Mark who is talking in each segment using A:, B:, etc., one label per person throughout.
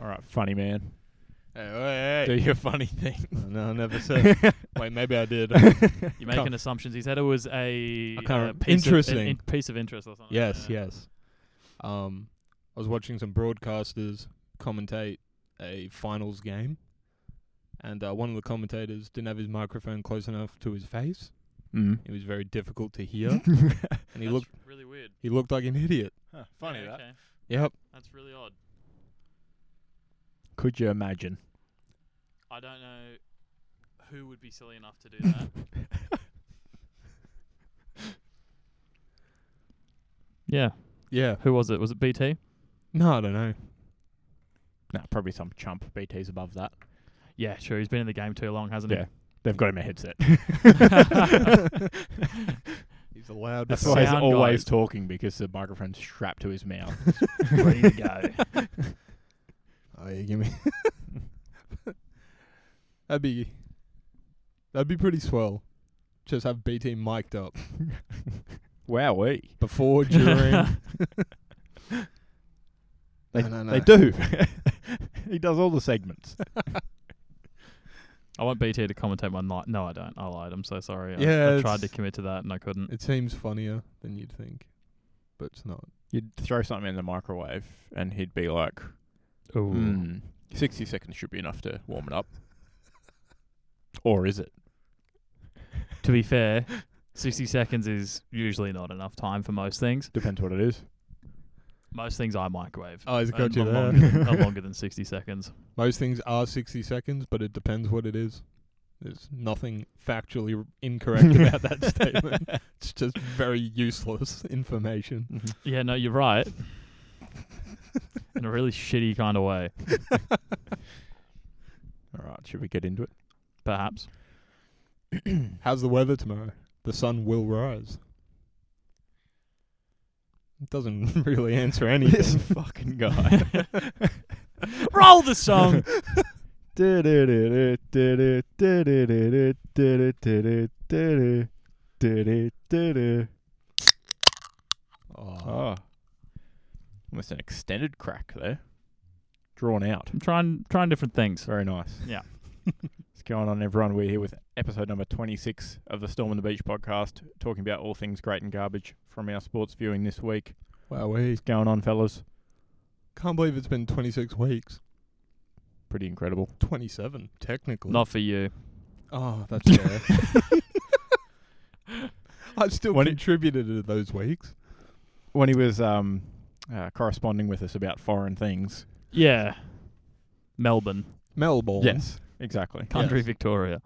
A: All right, funny man.
B: Hey, hey,
A: Do your funny thing.
B: no, I never said. Wait, maybe I did.
C: You're making assumptions. He said it was a
B: I can't
C: uh,
B: rem-
C: piece Of,
B: Interesting.
C: an in- piece of interest or something.
B: yes,
C: Yeah.
B: yes. Um, I was watching some broadcasters commentate a finals game, and uh, one of the commentators didn't have his microphone close enough to his face.
A: Mm.
B: It was very difficult to hear, and he
C: That's
B: looked
C: really weird.
B: he looked like an idiot.
A: funny
C: yeah,
A: that.
C: Okay.
B: Yep.
C: That's really odd.
A: Could you imagine?
C: I don't know who would be silly enough to do that. yeah.
B: Yeah.
C: Who was it? Was it BT?
B: No, I don't know.
A: Nah, probably some chump. BT's above that.
C: Yeah, sure. He's been in the game too long, hasn't he?
A: Yeah. They've got him a headset.
B: He's allowed.
A: That's
C: The
A: why he's
C: sound
A: always
C: guy.
A: talking because the microphone's strapped to his mouth. Ready to go.
B: Oh yeah, give me. that'd be. That'd be pretty swell. Just have BT mic'd up
A: Wowee.
B: before, during.
A: They,
B: No, no, no.
A: they do. he does all the segments.
C: I want BT to commentate my night. No, I don't. I lied. I'm so sorry. I- I,
B: Yeah,
C: tried to
B: it's-
C: commit to that and I couldn't.
B: it seems funnier than you'd think, but it's not.
A: You'd throw something in the microwave and he'd be like,
C: Ooh.
A: hmm, 60 seconds should be enough to warm it up. Or is it?
C: To be fair, 60 seconds is usually not enough time for most things.
A: Depends what it is.
C: Most things I microwave.
B: Oh, he's
C: Uh,
B: got you
C: not
B: there.
C: longer, than, not longer than 60 seconds.
B: Most things are sixty seconds, but it depends what it is. There's nothing factually r- incorrect about that statement. It's just very useless information.
C: Yeah, no, you're right. In a really shitty kind of way,
A: All right, should we get into it?
C: perhaps.
B: How's the weather tomorrow? The sun will rise. It doesn't really answer
A: This
B: anything.
A: fucking guy.
C: Roll the song!
B: Oh,
A: Oh. Almost an extended crack there. Drawn out.
C: I'm trying, trying different things.
A: Very nice.
C: Yeah.
A: What's going on, everyone? We're here with episode number 26 of the Storm on the Beach podcast, talking about all things great and garbage from our sports viewing this week.
B: wow, we
A: What's going on, fellas?
B: can't believe it's been 26 weeks.
A: Pretty incredible.
B: 27, technically.
C: Not for you.
B: Oh, that's fair. I still
A: When it-
B: contributed to those weeks.
A: When he was um, uh, corresponding with us about foreign things.
C: Yeah. Melbourne,
B: Melbourne.
A: Yes, exactly.
C: country
B: Yes.
C: Victoria.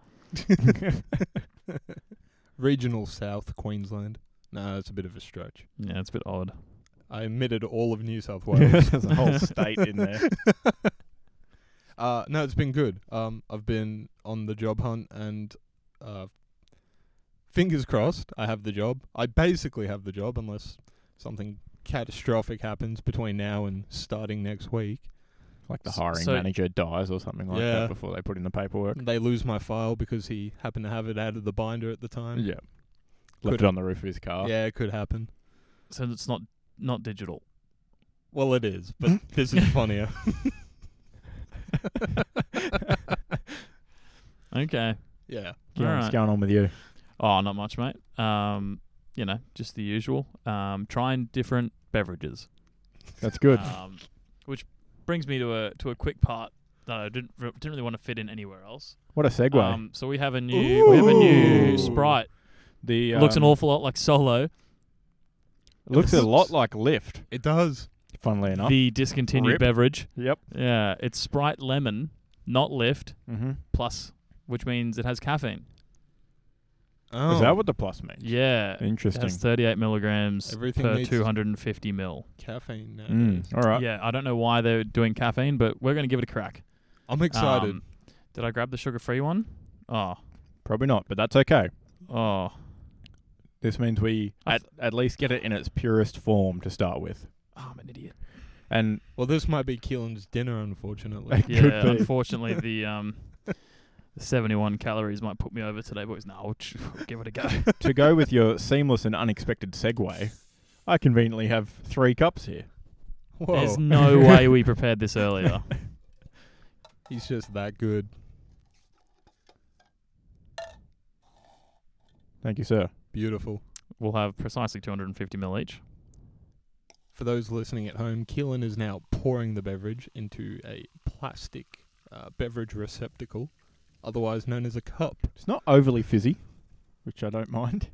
B: Regional South Queensland. No, that's a bit of a stretch.
C: Yeah, it's a bit odd.
B: I omitted all of New South Wales.
A: There's a whole state in there.
B: Uh, no, it's been good. Um, I've been on the job hunt and uh, fingers crossed I have the job. I basically have the job unless something catastrophic happens between now and starting next week.
A: Like the
C: S-
A: hiring
C: so-
A: manager dies or something like
B: Yeah.
A: that before they put in the paperwork.
B: They lose my file because he happened to have it out of the binder at the
C: Um,
B: time.
A: Yeah. Left
B: Could-
A: it on the roof of his car.
B: Yeah, it could happen.
C: So it's not not digital.
B: Well, it is, but this is funnier.
C: Okay.
B: Yeah.
A: Kieran, What's
C: Alright.
A: going on with you?
C: Oh, not much, mate. Um, you know, just the usual. Um, trying different beverages.
A: That's good.
C: Um, which brings me to a to a quick part that I didn't re- didn't really want to fit in anywhere else.
A: What a segue.
C: Um, so we have a new we have a new
A: Ooh.
C: sprite.
A: the
C: Looks an
A: um,
C: awful lot like Solo.
A: looks a lot like Lyft.
B: It does.
A: Funnily enough.
C: The discontinued
A: Rip.
C: beverage.
A: yep.
C: Yeah, it's Sprite Lemon, not Lift
A: Mm-hmm.
C: Plus, which means it has caffeine.
B: Oh.
A: Is that what the plus means?
C: Yeah, it
A: Interesting.
C: has 38 milligrams
B: Everything
C: per
B: needs-
C: 250 mil.
B: caffeine nowadays?
A: Mm. All right.
C: Yeah, I don't know why they're doing caffeine, but we're gonna give it a crack.
B: I'm excited.
C: Um, did I grab the sugar-free one? Oh,
A: Probably not, but that's okay.
C: oh,
A: This means we
C: I
A: at, at least get it in its purest form to start with.
C: I'm an idiot.
A: And
B: well, this might be Keelan's dinner, unfortunately.
A: It could
C: Yeah,
A: be.
C: unfortunately, the um, the 71 calories might put me over today, boys. No, we'll ch- we'll give it a go.
A: to go with your seamless and unexpected segue, I conveniently have three cups here.
B: Whoa.
C: There's no way we prepared this earlier.
B: He's just that good.
A: Thank you, sir.
B: Beautiful.
C: We'll have precisely 250 mil each.
B: For those listening at home, Keelan is now pouring the beverage into a plastic uh, beverage receptacle, otherwise known as a cup.
A: It's not overly fizzy, which I don't mind.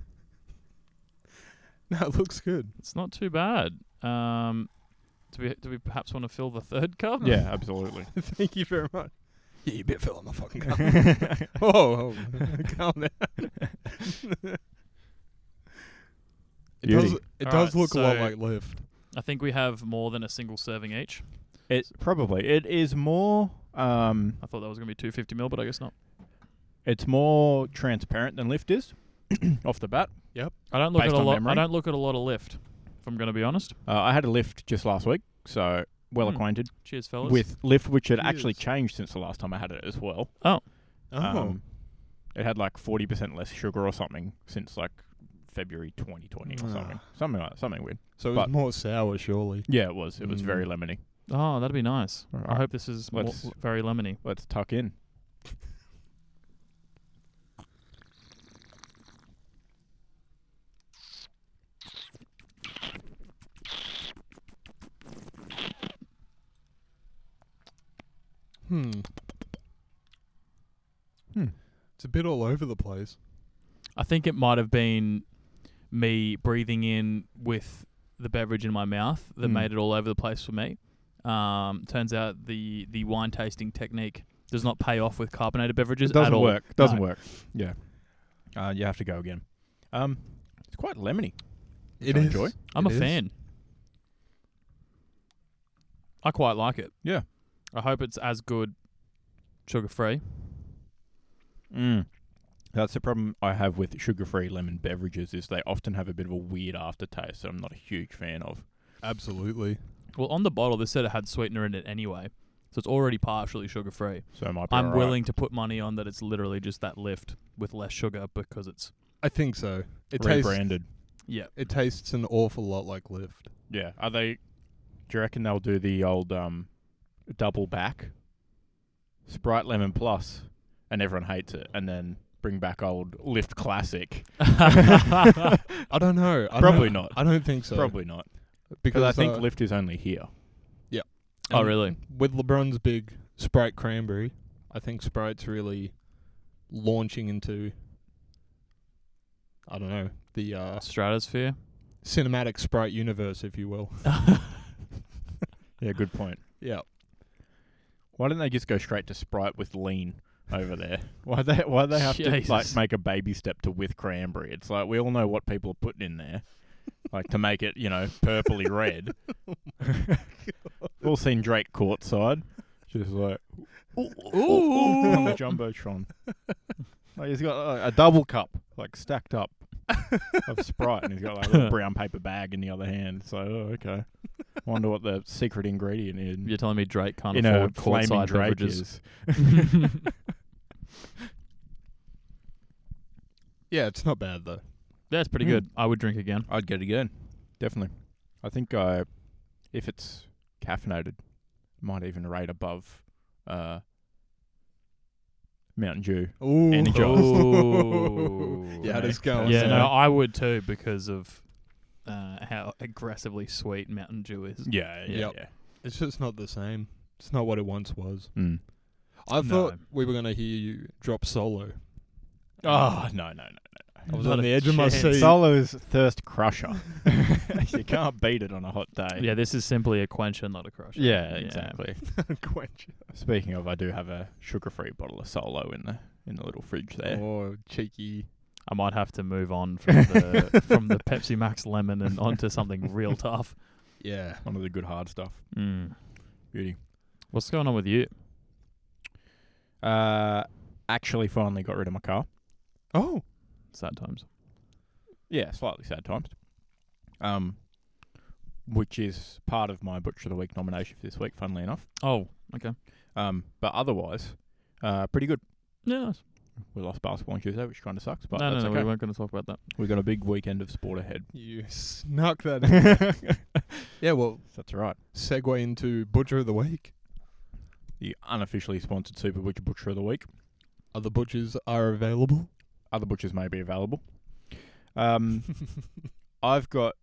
B: Now it looks good.
C: It's not too bad. Um, do we do we perhaps want to fill the third cup?
B: Hmm.
A: Yeah, absolutely.
B: Thank you very much. Yeah, you bit fill on the fucking cup. oh, calm down. it
A: Beauty.
B: does. It
C: All
B: does
C: right,
B: look a lot
C: so-
B: like Lyft.
C: I think we have more than a single serving each.
A: It probably it is more um
C: I thought that was going to be 250 mil, but I guess not.
A: it's more transparent than Lyft is off the bat.
C: I don't look
A: Based
C: at a
A: on
C: lot.
A: memory?
C: I don't look at a lot of lift. If I'm going to be honest.
A: Uh, I had a Lyft just last week, so well
C: Hmm.
A: acquainted
C: Cheers, fellas.
A: with Lyft, which had actually
B: Cheers.
A: changed since the last time I had it as well.
B: Oh,
A: Um, it had like forty percent less sugar or something since like February 2020 or
B: Ah.
A: something, something like something weird.
B: so it's
A: but-
B: more sour, surely.
A: Yeah, it was. It was very
B: Mm.
A: lemony.
C: Oh, that'd be nice.
A: All
C: I
A: right.
C: hope this is more,
A: Let's-
C: very lemony.
A: Let's tuck in.
B: Hmm.
A: Hmm.
B: It's a bit all over the place.
C: I think it might have been me breathing in with the beverage in my mouth that
A: Hmm.
C: made it all over the place for me. Um, turns out the the wine tasting technique does not pay off with carbonated beverages
A: It doesn't
C: at all.
A: work. Doesn't
C: No.
A: work. Yeah. Uh, you have to go again. Um, it's quite lemony.
B: It
A: I
B: is.
A: enjoy.
C: I'm
B: It
C: a
B: is.
C: fan. I quite like it.
A: Yeah.
C: I hope it's as good sugar free.
A: Mm. That's the problem I have with sugar-free lemon beverages is they often have a bit of a weird aftertaste that I'm not a huge fan of.
B: Absolutely.
C: Well, on the bottle, they said it had sweetener in it anyway, so it's already partially sugar free.
A: So it might be
C: I'm
A: alright.
C: willing to put money on that it's literally just that lift with less sugar because it's
B: I think so. It tastes.
A: rebranded.
C: yeah.
B: It tastes an awful lot like Lyft.
A: Yeah. Are they? Do you reckon they'll do the old um, double back Sprite Lemon Plus, and everyone hates it, and then bring back old Lift Classic?
C: Oh,
B: I don't know. I
A: Probably
B: don't,
A: not.
B: I don't think so.
A: Probably not,
B: because
A: because I think
B: uh,
A: Lift is only here.
C: Oh,
B: and
C: really?
B: With LeBron's big Sprite cranberry, I think Sprite's really launching into. I don't know the uh,
C: Stratosphere.
B: cinematic Sprite universe, if you will.
A: Yeah, good point.
B: Yeah.
A: Why don't they just go straight to Sprite with lean over there? Why they why they have to like
C: Jesus.
A: make a baby step to with cranberry? It's like we all know what people are putting in there, like to make it you know purpley red. We've all seen Drake courtside, just like ooh, on the jumbotron. Like he's got like, a double cup like stacked up of Sprite, and he's got like a little brown paper bag in the other hand. So oh, okay, wonder what the secret ingredient is
C: You're telling me Drake can't
A: in a
C: afford
A: flaming
C: courtside
A: Drake
C: beverages?
A: is.
B: Yeah, it's not bad though.
C: That's pretty
A: Mm.
C: good. I would drink again.
A: I'd get it again, definitely. I think I, if it's caffeinated, might even rate above uh, Mountain Dew.
B: Ooh.
A: Energize.
C: Ooh.
B: yeah, it's going.
C: yeah,
A: so-
C: no, I would too because of uh, how aggressively sweet Mountain Dew is.
A: Yeah,
B: Yep. it's just not the same. It's not what it once was.
A: yeah. Mm.
B: I
C: No.
B: thought we were gonna hear you drop solo.
A: Oh no, no,
B: I
A: no!
B: was
C: Not
B: on
C: a
B: the edge of my
A: no.
C: chance.
B: seat.
A: Solo's thirst crusher. you can't beat it on a hot day.
C: Yeah, this is simply a quencher, not a crusher.
A: yeah, exactly.
B: Quench.
A: Speaking of, I do have a sugar-free bottle of Solo in the in the little fridge there.
B: Oh, cheeky.
C: I might have to move on from the from the Pepsi Max lemon and onto something real tough.
B: Yeah.
A: One of the good hard stuff.
C: Mm.
A: Beauty.
C: What's going on with you?
A: Uh, actually, finally got rid of my car.
B: Oh.
C: Sad times.
A: Yeah, slightly sad times. Um, which is part of my Butcher of the Week nomination for this week, funnily enough.
C: Oh, okay.
A: Um, but otherwise, uh, pretty good.
C: Yeah, nice.
A: We lost basketball on Tuesday, which kind of sucks, but
C: no, no,
A: that's
C: no.
A: okay.
C: We weren't going to talk about that.
A: We've got a big weekend of sport ahead.
B: You snuck that in.
A: that's
B: yeah, well,
A: all right.
B: segue into Butcher of the Week.
A: the unofficially sponsored Super Butcher Butcher of the Week.
B: Other butchers are available.
A: Other butchers may be available. Um, I've got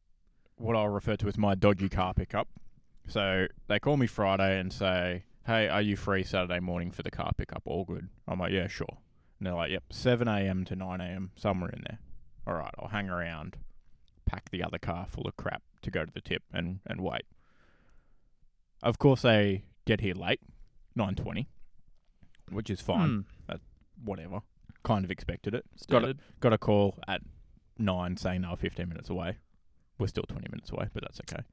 A: what I'll refer to as my dodgy car pickup. So they call me Friday and say, "Hey, are you free Saturday morning for the car pickup? All good." I'm like, "Yeah, sure." And they're like, "Yep, 7 a.m. to 9 a.m. somewhere in there." All right, I'll hang around, pack the other car full of crap to go to the tip, and and wait. Of course, they get here late, 9:20, which is fine.
C: Hmm,
A: Whatever, kind of expected it. Got
C: standard.
A: Got a call at nine saying they were 15 minutes away. We're still 20 minutes away, but that's okay.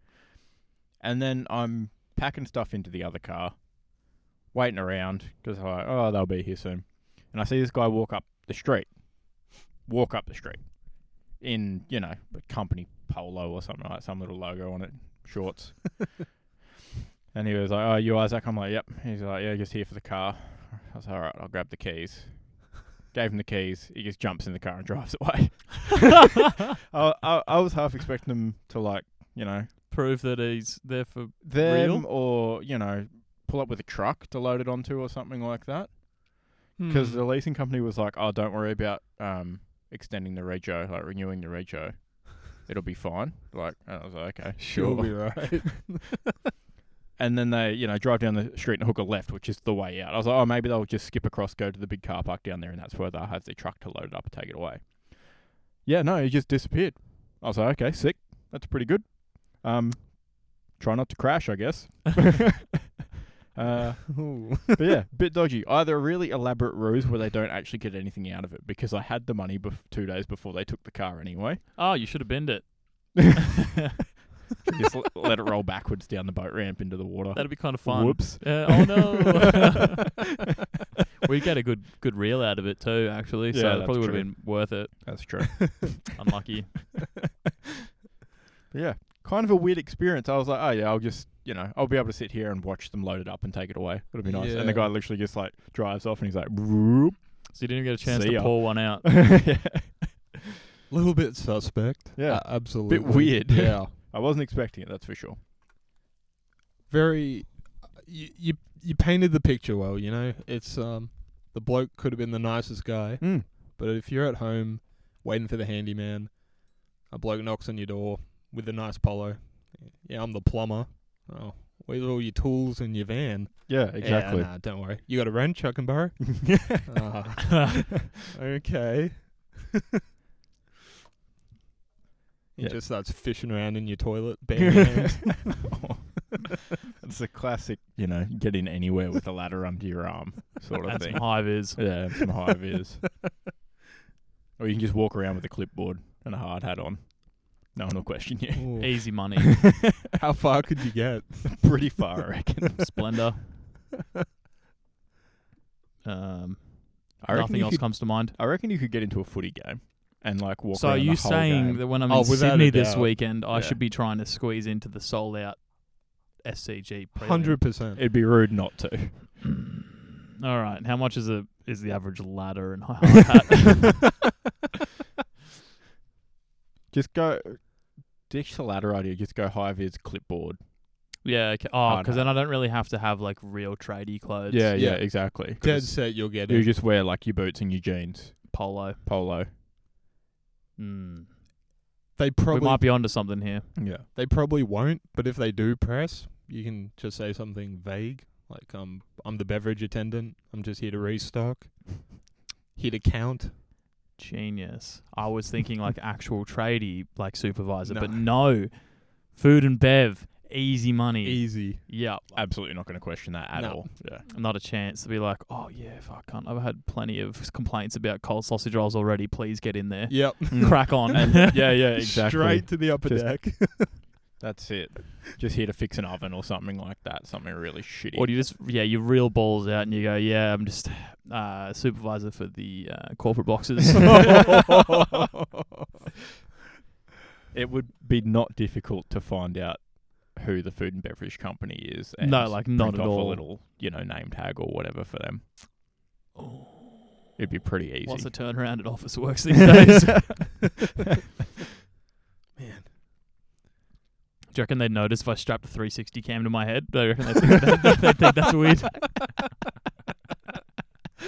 A: And then I'm packing stuff into the other car, waiting around because I'm like, oh, they'll be here soon. And I see this guy walk up the street, walk up the street in, you know, a company polo or something like that, some little logo on it, shorts. and he was like, oh, you Isaac? I'm like, yep. He's like, yeah, just here for the car. I was like, all right, I'll grab the keys. Gave him the keys. He just jumps in the car and drives away. I, I, I was half expecting him to like, you know,
C: Prove that he's there for.
A: them
C: Real?
A: or you know, pull up with a truck to load it onto or something like that. Because
C: Hmm.
A: the leasing company was like, "Oh, don't worry about um extending the rego, like renewing the rego. It'll be fine." Like, and I was like, "Okay,
B: Sure, we right.
A: And then they, you know, drive down the street and hook a left, which is the way out. I was like, oh, maybe they'll just skip across, go to the big car park down there, and that's where they'll have their truck to load it up and take it away. Yeah, no, he just disappeared. I was like, okay, sick. That's pretty good. Um, try not to crash, I guess. uh,
B: Ooh.
A: but yeah, bit dodgy. Either a really elaborate ruse where they don't actually get anything out of it because I had the money bef- two days before they took the car anyway.
C: Oh, you should have bend it.
A: Just l- let it roll backwards down the boat ramp into the water.
C: That'd be kind of fun.
A: Whoops.
C: Yeah, oh no. we get a good good reel out of it too, actually.
A: Yeah,
C: so
A: that's
C: it probably would
A: true.
C: have been worth it.
A: That's true.
C: Unlucky.
A: But yeah, kind of a weird experience. I was like, oh yeah, I'll just you know I'll be able to sit here and watch them load it up and take it away. It'll be nice. And
B: Yeah.
A: the guy literally just like drives off and he's like, "Whoop."
C: So you didn't even get a chance
A: See
C: to
A: ya.
C: pour one out.
A: yeah.
B: Little bit suspect.
A: Yeah.
B: A- absolutely.
A: weird.
B: Yeah.
A: I wasn't expecting it. That's for sure.
B: Very. You, you you painted the picture well. You know, it's um the bloke could have been the nicest guy,
A: Mm.
B: but if you're at home waiting for the handyman, a bloke knocks on your door with a nice polo. Yeah, I'm the plumber. Oh, where's all your tools in your van?
A: Yeah,
B: Yeah,
A: exactly.
B: nah, don't worry. You got a wrench I can borrow? Ah,
C: Uh-huh.
B: okay. He
A: Yeah.
B: just starts fishing around in your toilet, bare hands.
A: it's a classic, you know, get in anywhere with a ladder under your arm sort of
C: That's
A: thing.
C: some high vis.
A: Yeah, and some high vis. Or you can just walk around with a clipboard and a hard hat on. No one will question you.
B: Ooh.
C: Easy money.
B: How far could you get?
A: Pretty far, I reckon.
C: Splendor. Um,
A: I reckon
C: nothing
A: you
C: else
A: could-
C: comes to mind.
A: I reckon you could get into a footy game and like walk.
C: So are
A: around
C: you
A: the whole
C: saying
A: game.
C: that when I'm
B: Oh,
C: in
B: without a
C: Sydney this
B: doubt.
C: weekend, I
A: Yeah.
C: should be trying to squeeze into the sold out SCG? prelim?
B: Hundred percent.
A: it'd be rude not to?
C: All right. How much is a is the average ladder and hard hat?
A: Just go ditch the ladder idea. Just go high vis clipboard.
C: yeah. Okay. Oh,
A: Hard
C: because then I don't really have to have like real tradie clothes.
A: yeah,
B: yeah.
A: yeah, exactly.
B: Dead set you'll get
A: You
B: it.
A: just wear like your boots and your jeans,
C: Polo.
A: polo.
C: Mm.
B: They
C: We
B: probably
C: might be onto something here.
A: Yeah,
B: they probably won't, but if they do press, you can just say something vague like um I'm the beverage attendant, I'm just here to restock. Here to count.
C: Genius. I was thinking like actual tradie, like supervisor, but
B: No. E-
C: no. Food and bev, easy money.
B: Easy.
C: yeah,
A: absolutely not going to question that at
B: No.
A: all. Yeah,
C: not a chance to be like, oh yeah, fuck, can't. I've had plenty of complaints about cold sausage rolls already. Please get in there.
B: Yep.
A: Mm.
C: Crack on.
A: And- yeah, yeah, exactly.
B: Straight to the upper
A: Just-
B: deck.
A: That's it. Just here to fix an oven or something like that. Something really shitty.
C: Or do you just yeah, you reel balls out and you go, yeah, I'm just uh, supervisor for the uh, corporate boxes.
A: it would be not difficult to find out who the food and beverage company is. And
C: No, like, not
A: print
C: at
A: off A
C: all.
A: little, you know, name tag or whatever for them.
C: Oh.
A: It'd be pretty easy.
C: What's the turnaround at office works these days?
B: Man.
C: Do you reckon they'd notice if I strapped a 360 cam to my head? Do you reckon they'd think, that, they'd think that's weird?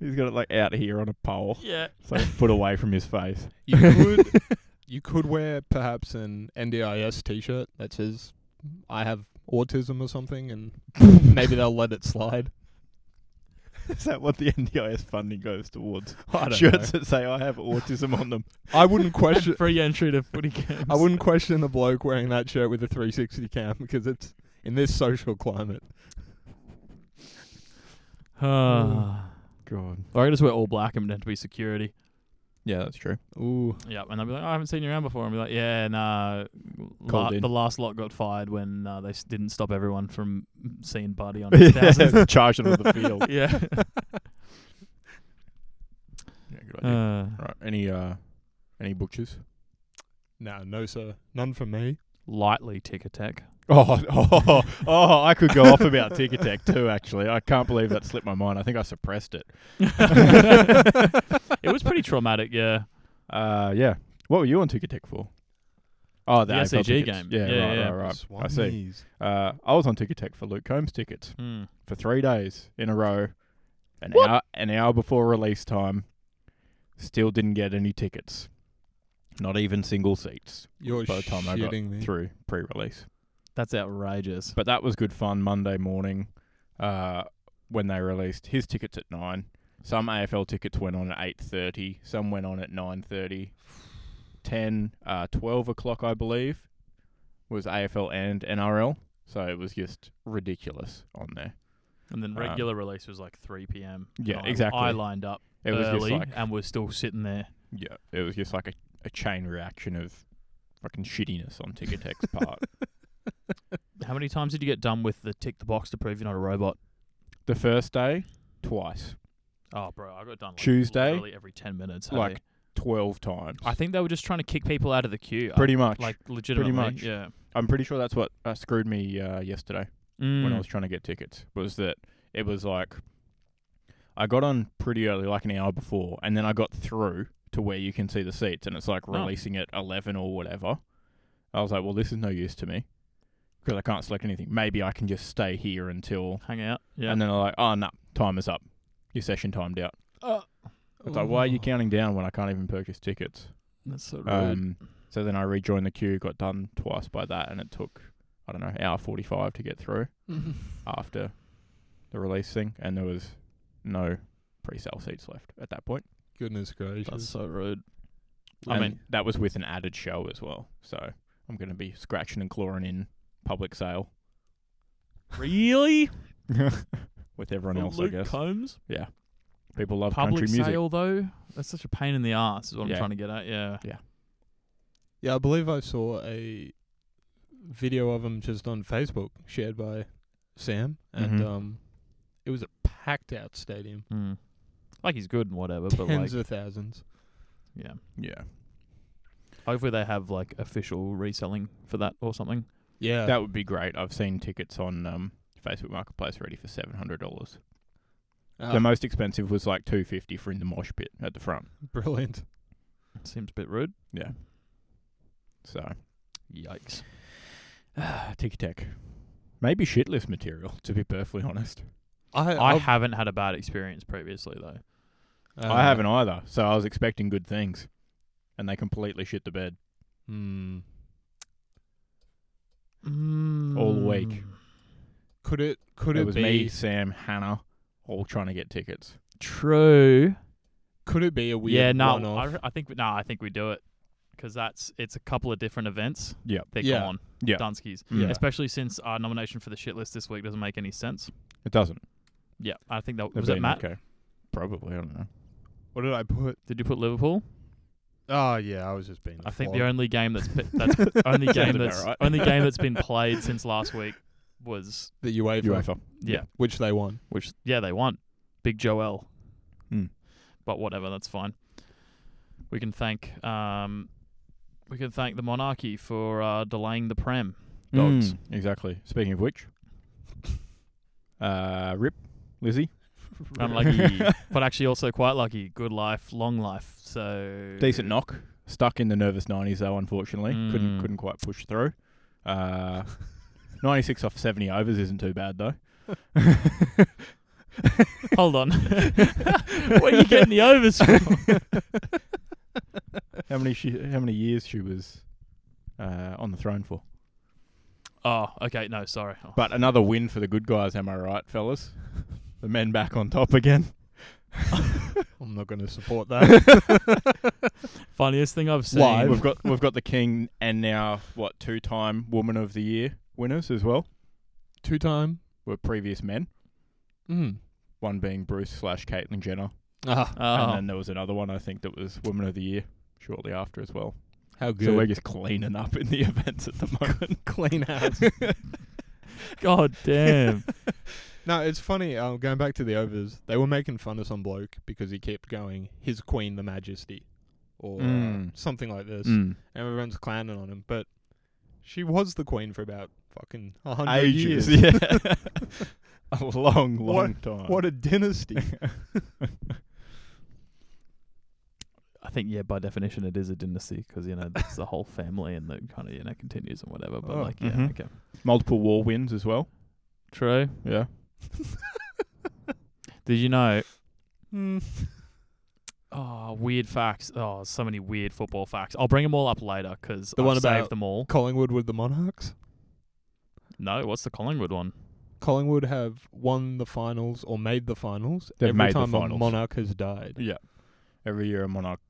A: He's got it like out here on a pole,
C: Yeah.
A: so a foot away from his face.
B: You could you could wear perhaps an NDIS T-shirt that says "I have autism" or something, and maybe they'll let it slide.
A: Is that what the NDIS funding goes towards?
B: I don't
A: Shirts that say I have autism on them.
B: know. I wouldn't question.
C: Free entry to footy games.
B: I wouldn't question a bloke wearing that shirt with a 360 cam because it's in this social climate.
C: Ah.
A: God.
C: or I could just wear all black and pretend to be security.
A: Yeah, that's true.
B: Ooh,
C: Yeah, and they'll be like, oh, I haven't seen you around before. And be like, yeah, nah. la-
A: Called in.
C: the last lot got fired when uh, they s- didn't stop everyone from seeing Buddy on his thousands.
A: Yeah, charging on the field.
C: yeah.
A: Yeah, good idea.
C: Uh,
A: right. Any uh, any butchers?
B: no, no, sir, none for me.
C: lightly tick attack.
A: Oh, oh, oh, I could go off about Tic Tac too, actually. I can't believe that slipped my mind. I think I suppressed it.
C: it was pretty traumatic, yeah.
A: Uh, yeah. What were you on Tic Tac for? Oh,
C: The
A: AFL
C: SAG
A: tickets.
C: game.
A: Yeah,
C: Yeah,
A: right,
C: yeah.
A: right, right. I see. Uh, I was on Tic Tac for Luke Combs tickets
C: Hmm.
A: for three days in a row, an
C: What?
A: hour an hour before release time. Still didn't get any tickets, not even single seats
B: You're
A: By the time I got
B: shitting me.
A: through pre-release.
C: That's outrageous.
A: But that was good fun Monday morning uh, when they released his tickets at 9. Some AFL tickets went on at 8.30. Some went on at 9.30. 10, uh, 12 o'clock, I believe, was AFL and NRL. So it was just ridiculous on there.
C: And then
A: Um,
C: regular release was like 3 p.m.
A: Yeah,
C: And I-
A: exactly.
C: I lined up
A: It was
C: early
A: just like,
C: and we're still sitting there.
A: yeah, it was just like a, a chain reaction of fucking shittiness on Ticketek's part.
C: How many times did you get done with the tick the box to prove you're not a robot?
A: The first day, twice,
C: Oh, bro, I got done like
A: Tuesday?
C: literally every 10 minutes. hey.
A: Like, 12 times.
C: I think they were just trying to kick people out of the queue. I-
A: pretty much.
C: like legitimately.
A: much.
C: Yeah.
A: I'm pretty sure that's what uh, screwed me uh, yesterday. when I
C: Mm.
A: was trying to get tickets was that it was like I got on pretty early, like an hour before, and then I got through to where you can see the seats, and it's like
C: Oh.
A: releasing at eleven or whatever. I was like, well, this is no use to me because I can't select anything. Maybe I can just stay here until,
C: hang out. Yeah.
A: and then I'm like, oh no, time is up. Your session timed out.
C: oh,
A: It's like, why are you
B: Oh,
A: counting down when I can't even purchase tickets?
C: that's so rude.
A: Um, so then I rejoined the queue, got done twice by that, and it took I don't know hour forty five to get through um,
C: Ah,
A: after the release thing, and there was no pre-sale seats left at that point.
B: Goodness gracious!
C: that's so rude. I
A: And
C: mean,
A: that was with an added show as well. So I'm going to be scratching and clawing in public sale
C: really?
A: with everyone
C: For
A: else,
C: Luke
A: I guess.
C: Combs?
A: People love
C: Public
A: country music.
C: sale though, that's such a pain in the ass. Is what
A: Yeah.
C: I'm trying to get at. Yeah.
B: Yeah, I believe I saw a video of him just on Facebook shared by Sam, and
A: Mhm.
B: um, it was a packed out stadium,
C: Mm. Like he's good and whatever, but like,
B: tens of thousands.
C: yeah.
A: Yeah.
C: Hopefully they have like official reselling for that or something. Uh,
B: Yeah,
A: That would be great. I've seen tickets on um, Facebook Marketplace already for $700.
B: Ah,
A: The most expensive was like 250 for in the mosh pit at the front.
B: brilliant.
C: It seems a bit rude.
A: So,
C: Yikes.
A: ticky tack. Maybe shit list material, to be perfectly honest.
B: I
C: I
B: I'll-
C: haven't had a bad experience previously though.
B: uh,
A: I haven't either, so I was expecting good things, and they completely shit the bed.
B: Hmm.
A: All week.
C: Hmm.
B: Could it? Could
A: it
B: it,
A: was
B: be?
A: me, Sam, Hannah, all trying to get tickets.
C: True.
B: Could it be a weird?
C: yeah. No. I,
B: one-off?
C: re- I think. No. I think we do it because that's it's a couple of different events.
A: Yep.
C: They're
B: Yeah.
C: gone.
A: Yeah.
C: Dunskies.
A: Yeah.
C: Especially since our nomination for the shit list this week doesn't make any sense.
A: It doesn't.
C: Yeah. I think that
A: They've
C: was it.
A: been
C: Matt.
A: Okay. Probably. I don't know.
B: What did I put?
C: Did you put Liverpool?
B: Oh yeah, I was just being. a
C: I think
B: flog.
C: the only game that's pe- that's only
A: Sounds
C: game
A: about
C: that's
A: right.
C: only game that's been played since last week was
B: the UEFA,
A: UEFA.
C: yeah,
B: which they won.
C: which yeah they won Big Joel,
A: Hmm.
C: but whatever that's fine. We can thank um, we can thank the monarchy for uh, delaying the prem dogs.
A: Dogs. Mm, Exactly. Speaking of which, uh, Rip, Lizzie,
C: Unlucky, but actually also quite lucky. Good life, long life. So
A: decent knock. Stuck in the nervous 90s though, unfortunately. Couldn't
C: Mm.
A: couldn't quite push through. Uh, 96 off 70 overs isn't too bad though.
C: Hold on. Where are you getting the overs from?
A: How many she, how many years she was uh, on the throne for?
C: Oh, okay. No, sorry. Oh.
A: But another win for the good guys, am I right, fellas? The men back on top again.
B: I'm not going to support that.
C: Funniest thing I've seen.
B: Live.
A: We've got we've got the king and now what two time woman of the year winners as well.
B: Two time.
A: Were previous men,
B: Mm.
A: one being Bruce slash Caitlyn Jenner,
B: Ah,
A: and
C: Oh,
A: then there was another one I think that was woman of the year shortly after as well.
B: how good.
A: So we're just cleaning up in the events at the moment.
B: clean house.
C: God damn.
B: no, it's funny. Um, going back to the overs, they were making fun of some bloke because he kept going, his queen, the majesty, or uh,
A: Mm.
B: something like this.
A: Mm.
B: And everyone's clowning on him, but she was the queen for about fucking a 100
A: Ages,
B: years.
A: yeah, a long, long time.
B: What a dynasty.
C: I think yeah, by definition, it is a dynasty because you know it's the whole family and that kind of you know continues and whatever. But
B: Oh,
C: like, yeah,
A: mhm.
C: okay,
A: multiple war wins as well.
C: true.
A: Yeah,
C: Did you know?
A: Hmm.
B: Mm.
C: Oh, weird facts. Oh, so many weird football facts. I'll bring them all up later because
B: The
C: I've
B: one about-
C: saved them all.
B: Collingwood with the Monarchs.
C: No, what's the Collingwood one?
B: Collingwood have won the finals or made the finals
A: They've
B: every
A: made the
B: time a
A: finals.
B: monarch has died.
A: yeah. Every year a monarch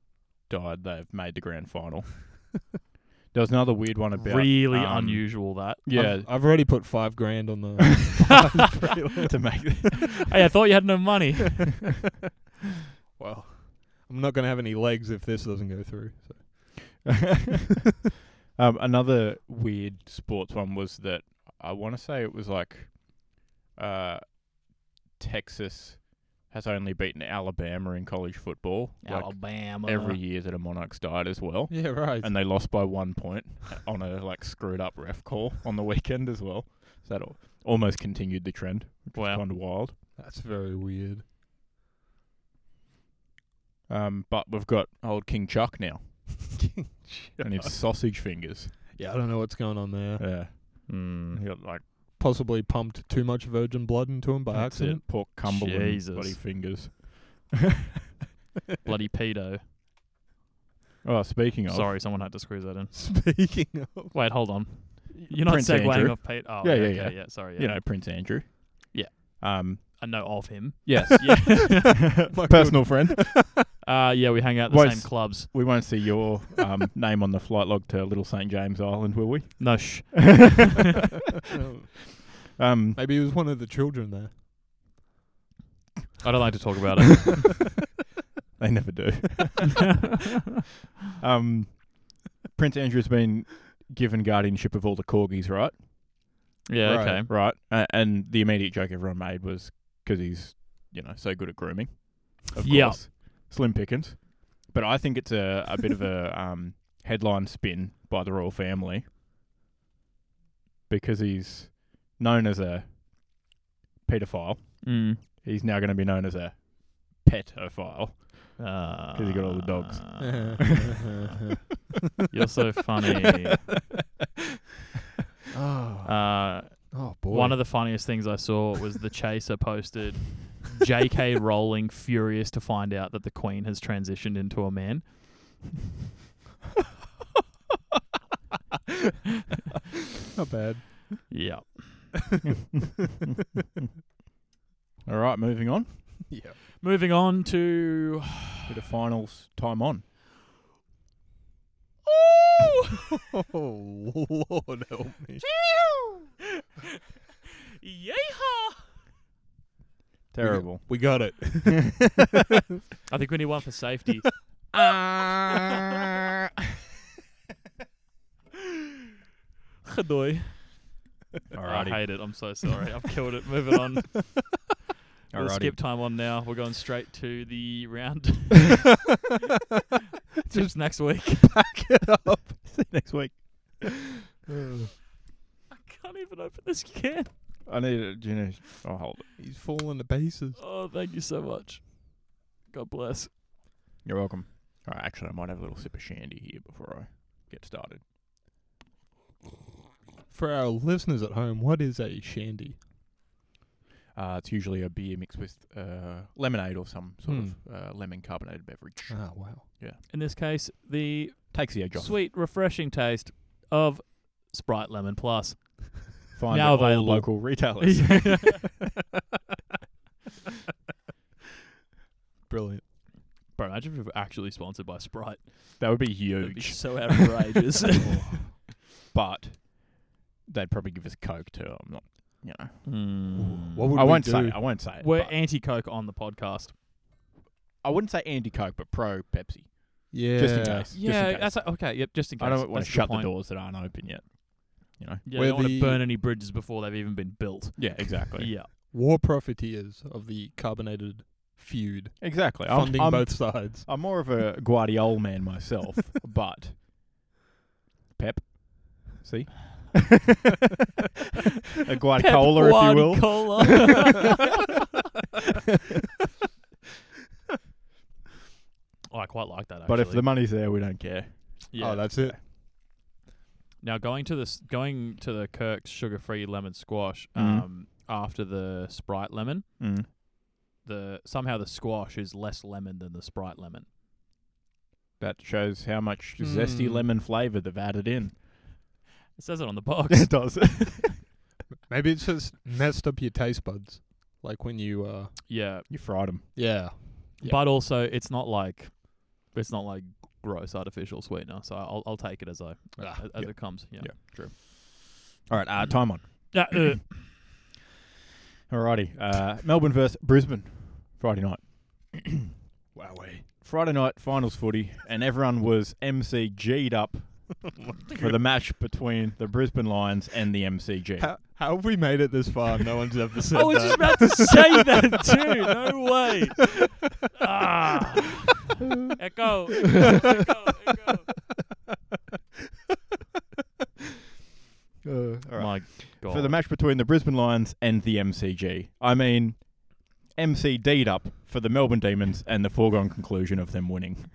A: died, they've made the grand final. there was another weird one about
C: really
A: um,
C: unusual that.
A: Yeah,
B: I've, I've already put five grand on the. Five
A: to make
C: hey, I thought you had no money.
B: well, I'm not going to have any legs if this doesn't go through. So.
A: um, another weird sports one was that I want to say it was like uh, Texas has only beaten Alabama in college football like,
C: Alabama.
A: every year that a Monarchs died as well,
B: Yeah, right.
A: and they lost by one point on a like screwed up ref call on the weekend as well. So that al- almost continued the trend, which
C: Wow.
A: was kind of wild.
B: That's very weird.
A: Um, but we've got old King Chuck now and his
B: yeah,
A: sausage fingers.
B: I don't know what's going on there.
A: Yeah,
C: Mm.
A: he got like.
B: Possibly pumped too much virgin blood into him by
A: That's it.
B: accident.
A: Pork Cumberland
C: Jesus.
A: bloody fingers.
C: Bloody pedo.
A: Oh, speaking of,
C: Sorry, someone had to squeeze that in.
B: Speaking of,
C: Wait, hold on. You're not
A: Prince
C: segueing
A: Andrew.
C: off Pete. Oh,
A: Yeah,
C: yeah,
A: yeah,
C: okay,
A: yeah.
C: yeah. Sorry, yeah.
A: you know Prince Andrew.
C: Yeah.
A: Um.
C: I know of him.
A: Yes.
C: Yeah.
A: Personal friend.
C: uh, yeah, we hang out at the
A: Wait,
C: same
A: s-
C: clubs.
A: We won't see your um, name on the flight log to Little St James Island, will we?
C: No, shh.
B: Oh,
A: Um.
B: maybe he was one of the children there.
C: I don't like to talk about it.
A: They never do. Um. Prince Andrew's been given guardianship of all the corgis, right?
C: yeah,
B: Right.
C: okay.
A: Right. Uh, and the immediate joke everyone made was because he's, you know, so good at grooming. Of
C: Yeah.
A: course. Slim Pickens. But I think it's a, a bit of a um, headline spin by the royal family because he's known as a paedophile.
C: Mm.
A: He's now going to be known as a petophile.
C: Because
A: he got all the dogs.
C: Uh, You're so funny.
B: oh,
C: Uh,
B: oh boy.
C: one of the funniest things I saw was the chaser posted J.K. Rowling furious to find out that the Queen has transitioned into a man.
B: not bad.
C: Yeah.
A: All right, moving on.
B: Yeah.
C: Moving on to.
A: Bit of finals time on.
B: Oh Lord, help me.
C: Yeehaw!
A: Terrible.
B: We got it.
C: I think we need one for safety. Gedoei. I
A: Alrighty.
C: hate it. I'm so sorry. I've killed it. Moving on. We'll
A: Alrighty.
C: skip time on now. We're going straight to the round. Just next week.
A: See you next week.
B: Mm.
C: I can't even open this can.
A: I need a do you know, I'll hold it.
B: He's falling to pieces.
C: Oh, thank you so much. God bless.
A: You're welcome. All right, actually, I might have a little sip of shandy here before I get started.
B: For our listeners at home, what is a shandy?
A: Uh, it's usually a beer mixed with uh, lemonade or some sort
C: Hmm.
A: of uh, lemon carbonated beverage.
B: Ah, wow.
C: In this case, the
A: Takes the edge off.
C: sweet, refreshing taste of Sprite Lemon Plus.
A: Find
C: Now
A: at all
C: available.
A: local retailers.
B: Brilliant.
C: Bro, imagine if we were actually sponsored by Sprite.
A: that would be
C: That'd be
A: huge,
C: so outrageous.
A: but they'd probably give us Coke too. I'm not, you know.
B: What would
A: I
B: we
A: won't
B: do?
A: say. It, I won't say. It,
C: Hmm. We're
A: but
C: anti Coke on the podcast.
A: I wouldn't say anti Coke, but pro Pepsi.
B: Yeah.
A: Just in case.
C: Yeah,
A: case.
C: that's okay. Yep, just in case.
A: I don't want
C: That's
A: to
C: a good
A: shut the
C: point.
A: doors that aren't open yet. You know.
C: Yeah,
B: We're
C: we don't want
B: the-
C: to burn any bridges before they've even been built.
A: Yeah. Exactly.
C: Yeah,
B: War profiteers of the carbonated feud,
A: Exactly. I'm-
B: funding
A: I'm,
B: both sides.
A: I'm more of a Guardiola man myself, but Pep, see, a Guardiola, if you will.
C: oh, I quite like that. Actually.
A: But if the money's there, we don't care.
C: yeah.
B: Oh, that's it.
C: now going to this, going to the Kirk's sugar-free lemon squash
A: Mhm.
C: um, after the Sprite lemon.
A: Mm.
C: The somehow the squash is less lemon than the Sprite lemon.
A: That shows how much zesty
B: Mm.
A: lemon flavour they've added in.
C: It says it on the box.
A: it does.
B: Maybe it's just messed up your taste buds. Like when you, uh,
C: yeah,
A: you fried them.
B: yeah. Yeah.
C: but also it's not like it's not like gross artificial sweetener. So I'll I'll take it as I
B: Ah,
C: as, as
A: yeah.
C: it comes. Yeah.
A: Yeah. All right, uh, time on.
C: Yeah, uh,
A: Alrighty, uh, Melbourne versus Brisbane, Friday night.
B: Wowee.
A: Friday night finals footy, and everyone was MCG'd up for the match between the Brisbane Lions and the MCG.
B: How, how have we made it this far? No one's ever said
C: I was
B: that.
C: just about to say that too. No way. Ah. Echo. Echo. echo.
B: Uh.
A: All right.
C: My God.
A: for the match between the Brisbane Lions and the MCG. I mean, MCD'd up for the Melbourne Demons and the foregone conclusion of them winning.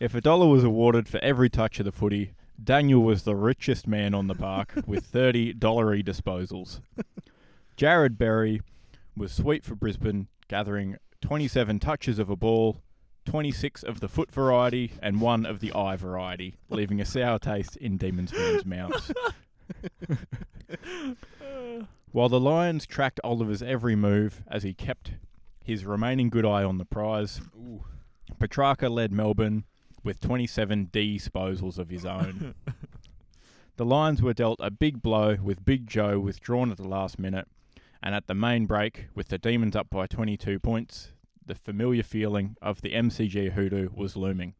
A: if a dollar was awarded for every touch of the footy, Daniel was the richest man on the park with 30 dollary disposals. Jared Berry was sweet for Brisbane, gathering 27 touches of a ball, 26 of the foot variety and one of the eye variety, leaving a sour taste in Demons fans' mouths. While the Lions tracked Oliver's every move as he kept his remaining good eye on the prize, Petrarca led Melbourne with 27 disposals of his own. the Lions were dealt a big blow with Big Joe withdrawn at the last minute, and at the main break, with the Demons up by 22 points, the familiar feeling of the MCG hoodoo was looming.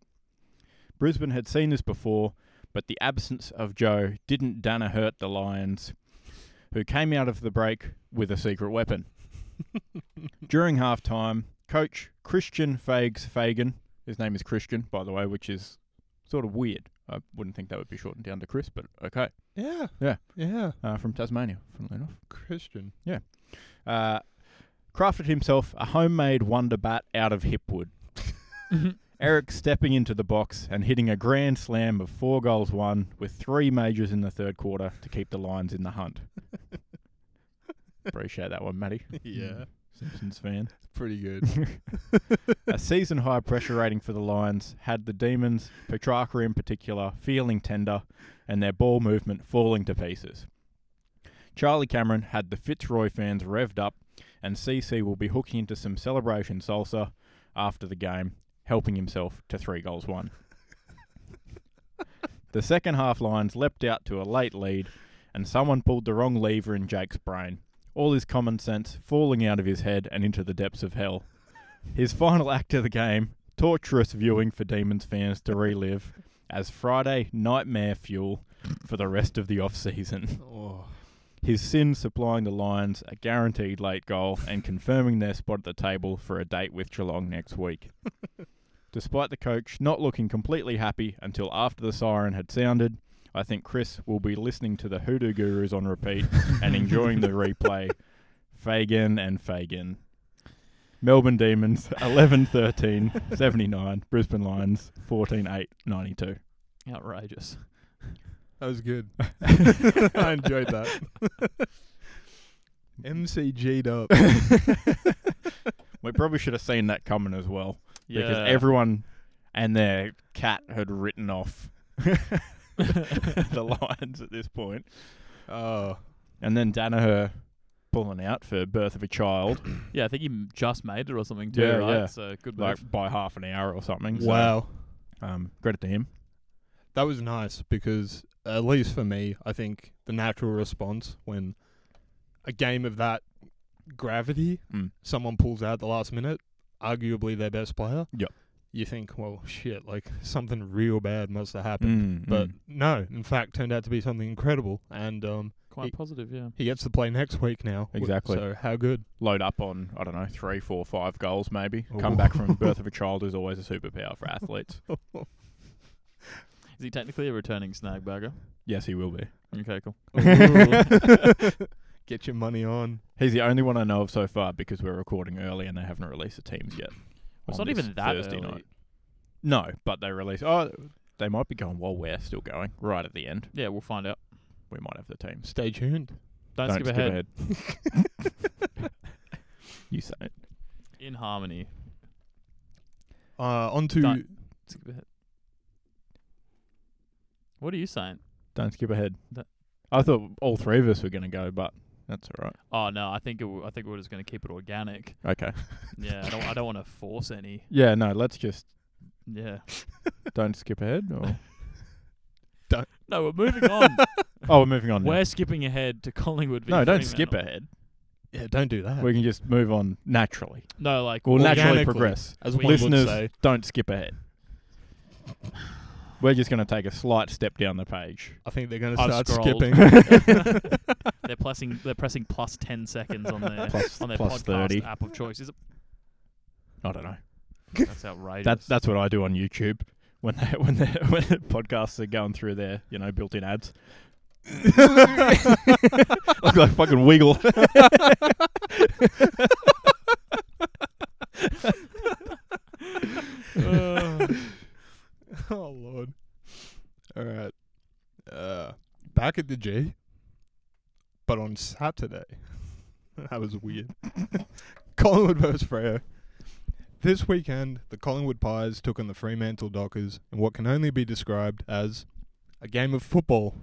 A: Brisbane had seen this before, but the absence of Joe didn't Dana hurt the Lions, who came out of the break with a secret weapon. During half time, coach Christian Fags Fagan, his name is Christian, by the way, which is sort of weird. I wouldn't think that would be shortened down to Chris, but okay.
B: yeah.
A: Yeah.
B: Yeah.
A: Uh, from Tasmania, funnily enough.
B: Christian.
A: Uh, crafted himself a homemade wonder bat out of hipwood. Eric stepping into the box and hitting a grand slam of four goals one with three majors in the third quarter to keep the Lions in the hunt. Appreciate that one, Matty.
B: yeah.
A: Simpsons fan.
B: Pretty good.
A: a season high pressure rating for the Lions had the Demons, Petrarca in particular, feeling tender and their ball movement falling to pieces. Charlie Cameron had the Fitzroy fans revved up, and CC will be hooking into some celebration salsa after the game, helping himself to three goals one. the second half Lions leapt out to a late lead, and someone pulled the wrong lever in Jake's brain. All his common sense falling out of his head and into the depths of hell. His final act of the game, torturous viewing for Demons fans to relive as Friday nightmare fuel for the rest of the off season.
B: oh.
A: His sin supplying the Lions a guaranteed late goal and confirming their spot at the table for a date with Geelong next week. Despite the coach not looking completely happy until after the siren had sounded, I think Chris will be listening to the Hoodoo Gurus on repeat and enjoying the replay. Fagan and Fagan. Melbourne Demons 11 13 79. Brisbane Lions 14 8 92.
C: Outrageous.
B: That was good. I enjoyed that. MCG'd up.
A: We probably should have seen that coming as well.
C: Yeah.
A: Because everyone and their cat had written off the Lions at this point.
B: Oh,
A: And then Danaher pulling out for birth of a child,
C: yeah, I think he m- just made it or something too,
A: Yeah,
C: right?
A: yeah.
C: So good move.
A: like by half an hour or something. So,
B: wow.
A: um, credit to him.
B: That was nice because, at least for me, I think the natural response when a game of that gravity,
A: Mm.
B: someone pulls out at the last minute, arguably their best player.
A: Yep.
B: You think, well, shit, like something real bad must have
A: Mm,
B: happened. But
A: mm.
B: no, in fact, turned out to be something incredible, and um,
C: Quite
B: he-
C: positive, yeah.
B: he gets to play next week now. W-
A: Exactly.
B: So how good?
A: load up on I don't know three, four, five goals maybe.
B: Ooh.
A: Come back from birth of a child is always a superpower for athletes.
C: Is he technically a returning snag bagger?
A: Yes, he will be.
C: Okay, cool.
B: Ooh. Get your money on.
A: He's the only one I know of so far because we're recording early and they haven't released the teams yet.
C: It's
A: on
C: not
A: this
C: even that
A: Thursday
C: early.
A: night. No, but they release. Oh, they might be going while we're still going. Right at the end,
C: Yeah, we'll find out.
A: we might have the teams.
B: Stay tuned.
C: Don't, skip, ahead.
A: ahead. you say it.
C: In harmony.
B: Uh, on to
C: Done. Skip ahead. What are you saying?
A: Don't skip ahead.
C: That-
A: I thought all three of us were going to go, but that's all right.
C: Oh no, I think it w- I think we're just gonna keep it organic.
A: Okay.
C: Yeah, I don't I don't want to force any.
A: Yeah. No. Let's just
C: Yeah.
A: don't skip ahead. Or
C: No, we're moving on.
A: oh, we're moving on. now.
C: we're skipping ahead to Collingwood. v
A: No, don't
C: Fremantle.
A: skip ahead.
B: yeah. Don't do that.
A: We can just move on naturally.
C: No, like
A: We'll naturally
B: Organically.
A: progress.
B: as
C: we-
B: one
A: Listeners,
B: would say.
A: don't skip ahead. We're just going to take a slight step down the page.
B: I think they're going to
C: I've
B: start
C: scrolled.
B: skipping.
C: they're pressing they're pressing plus ten seconds on their
A: Plus-
C: on their
A: plus
C: podcast
A: 30.
C: app of choice. Is it?
A: I don't know.
C: That's outrageous.
A: That's that's what I do on YouTube when they, when they, when the podcasts are going through their you know built-in ads. Look like fucking wiggle.
B: oh lord. All right. Uh, back at the G, but on Saturday. that was weird. Collingwood versus Freo. This weekend, the Collingwood Pies took on the Fremantle Dockers in what can only be described as a game of football.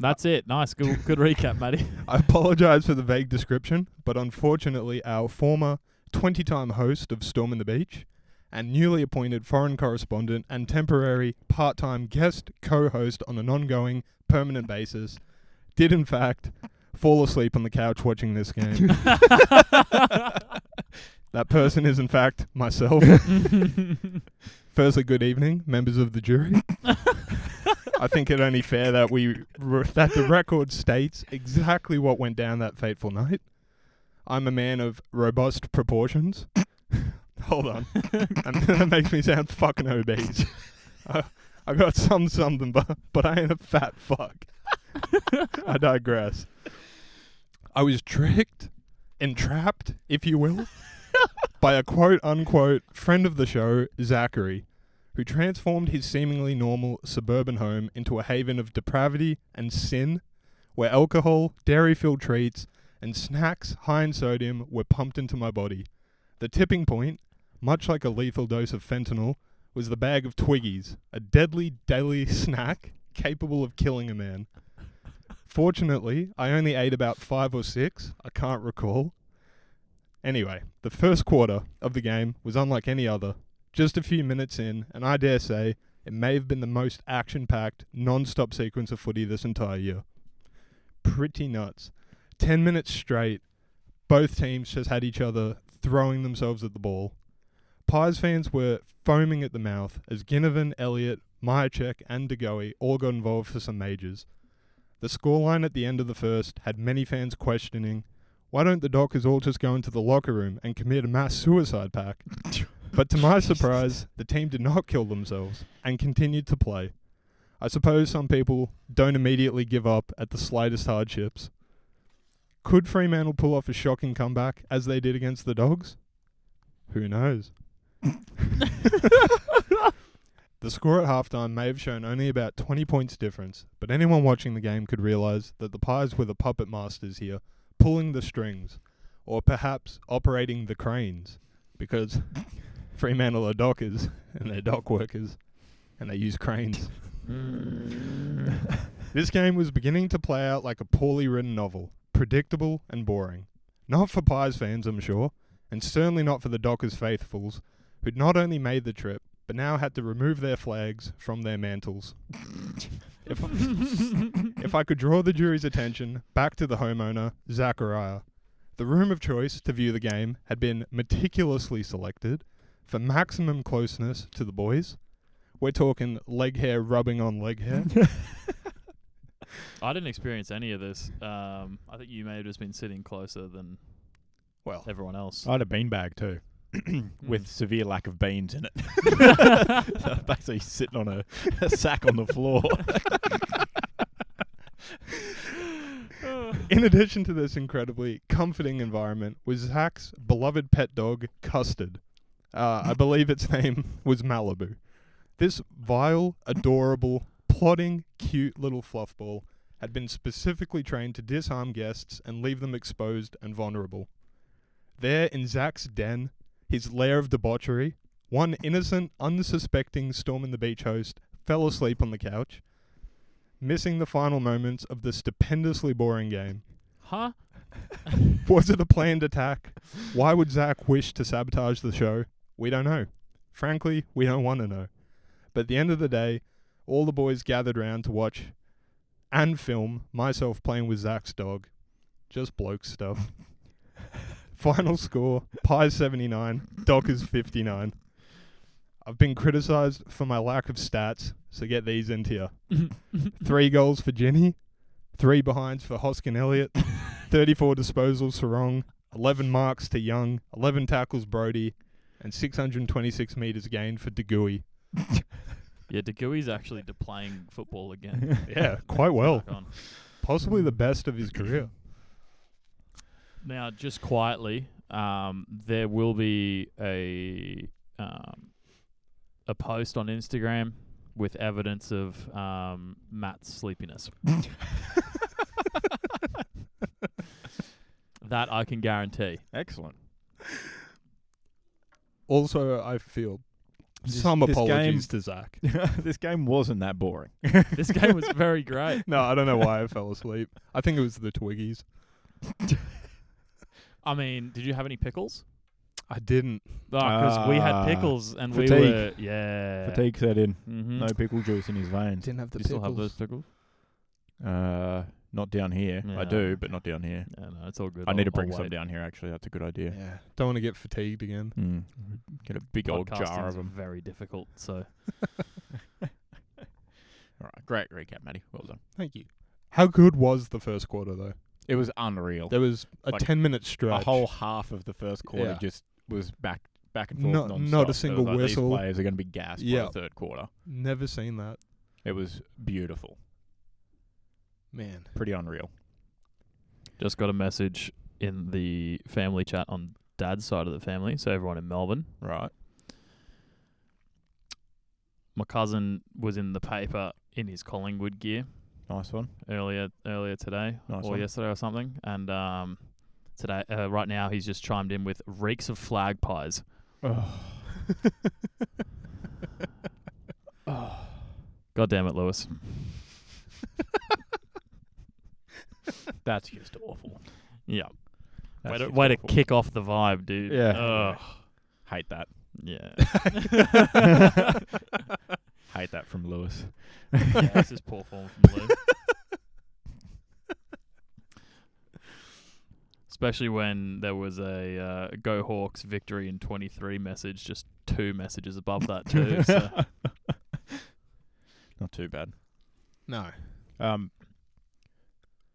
C: That's it. Nice. Good good recap, Matty.
B: I apologize for the vague description, but unfortunately, our former 20 time host of Storm in the Beach and newly appointed foreign correspondent and temporary part time guest co host on an ongoing, permanent basis did, in fact, fall asleep on the couch watching this game. that person is, in fact, myself. Firstly, good evening, members of the jury. I think it only fair that we re- that the record states exactly what went down that fateful night. I'm a man of robust proportions. Hold on, and that makes me sound fucking obese. I, I got some something, but but I ain't a fat fuck. I digress. I was tricked, entrapped, if you will, by a quote unquote friend of the show, Zachary, who transformed his seemingly normal suburban home into a haven of depravity and sin, where alcohol, dairy filled treats, and snacks high in sodium were pumped into my body. The tipping point, much like a lethal dose of fentanyl, was the bag of Twiggies, a deadly daily snack capable of killing a man. Fortunately, I only ate about five or six, I can't recall. Anyway, the first quarter of the game was unlike any other. Just a few minutes in, and I dare say it may have been the most action packed, non stop sequence of footy this entire year. Pretty nuts. 10 minutes straight, both teams just had each other throwing themselves at the ball. Pies fans were foaming at the mouth as Ginnivan, Elliott, Myercheck, and DeGoey all got involved for some majors. The scoreline at the end of the first had many fans questioning why don't the Dockers all just go into the locker room and commit a mass suicide pact? but to my surprise, the team did not kill themselves and continued to play. I suppose some people don't immediately give up at the slightest hardships. Could Fremantle pull off a shocking comeback as they did against the Dogs? Who knows? the score at halftime may have shown only about 20 points difference, but anyone watching the game could realize that the Pies were the puppet masters here, pulling the strings, or perhaps operating the cranes, because Fremantle are dockers and they're dock workers, and they use cranes. This game was beginning to play out like a poorly written novel, predictable and boring. Not for Pies fans, I'm sure, and certainly not for the Dockers faithfuls, who'd not only made the trip, but now had to remove their flags from their mantles. if, if I could draw the jury's attention back to the homeowner, Zachariah. The room of choice to view the game had been meticulously selected for maximum closeness to the boys. We're talking leg hair rubbing on leg hair.
C: I didn't experience any of this. Um, I think you may have just been sitting closer than
B: well, Uh,
C: everyone else.
A: I had a beanbag too, with severe lack of beans in it. so basically, sitting on a, a sack on the floor.
B: in addition to this incredibly comforting environment was Zach's beloved pet dog, Custard. Uh, I believe its name was Malibu. This vile, adorable, plodding, cute little fluffball had been specifically trained to disarm guests and leave them exposed and vulnerable. There in Zach's den, his lair of debauchery, one innocent, unsuspecting Storm in the Beach host fell asleep on the couch, missing the final moments of the stupendously boring game.
C: huh?
B: Was it a planned attack? Why would Zach wish to sabotage the show? We don't know. Frankly, we don't want to know. But at the end of the day, all the boys gathered round to watch and film myself playing with Zach's dog. Just bloke stuff. Final score Pie 79, Dockers 59. I've been criticized for my lack of stats, so get these into you. Three goals for Jenny, three behinds for Hoskin Elliott, 34 disposals for Wrong, 11 marks to Young, 11 tackles Brody, and 626 metres gained for DeGuy.
C: Yeah, DeGui's actually de- playing football again.
B: Yeah, quite well.
C: Back on.
B: Possibly the best of his career.
C: Now, just quietly, um, there will be a um, a post on Instagram with evidence of um, Matt's sleepiness. that I can guarantee.
A: Excellent.
B: Also, I feel
A: This-
B: some
A: this
B: apologies to Zach.
A: this game wasn't that boring.
C: This game was very great.
B: No, I don't know why I fell asleep. I think it was the Twiggies.
C: I mean, did you have any pickles?
B: I didn't.
C: Because we had
A: Ah,
C: pickles and we
A: fatigue.
C: were yeah.
A: Fatigue set in.
C: Mm-hmm.
A: No pickle juice in his veins.
B: Didn't have the
C: you still have those pickles?
A: Uh, not down here.
C: Yeah.
A: I do, but not down here.
C: Yeah, no, it's all good.
A: I need to
C: I'll- I'll
A: bring some
C: wait.
A: down here. Actually, that's a good idea.
B: Yeah. Don't want to get fatigued again.
A: Mm. Get a big old jar
C: Podcasting's
A: of them.
C: Very difficult. So
A: All right, great recap, Matty. Well done.
B: Thank you. How good was the first quarter, though?
A: It was unreal.
B: There was a
A: Like,
B: 10 minute stretch.
A: A whole half of the first quarter
B: Yeah.
A: just was back back and forth.
B: Not-
A: nonstop.
B: not a
A: It was
B: single
A: like,
B: whistle.
A: These players are going to be gassed by
B: Yeah.
A: the third quarter.
B: Never seen that.
A: It was beautiful.
B: Man.
A: Pretty unreal.
C: Just got a message in the family chat on dad's side of the family, so everyone in Melbourne.
A: Right.
C: My cousin was in the paper in his Collingwood gear
A: Nice one.
C: earlier earlier today
A: Nice
C: or
A: one.
C: yesterday or something, and um, today uh, right now he's just chimed in with reeks of flag pies. God damn it, Lewis!
A: That's just awful.
C: Yeah,
A: That's
C: way to,
A: just
C: way to
A: awful.
C: kick off the vibe, dude.
A: Yeah.
C: Ugh.
A: Hate that.
C: yeah.
A: Hate that from Lewis.
C: yeah, this is poor form from Lou. Especially when there was a uh, "Go Hawks" victory in 23 message, just two messages above that too. So.
A: Not too bad.
B: No.
A: Um,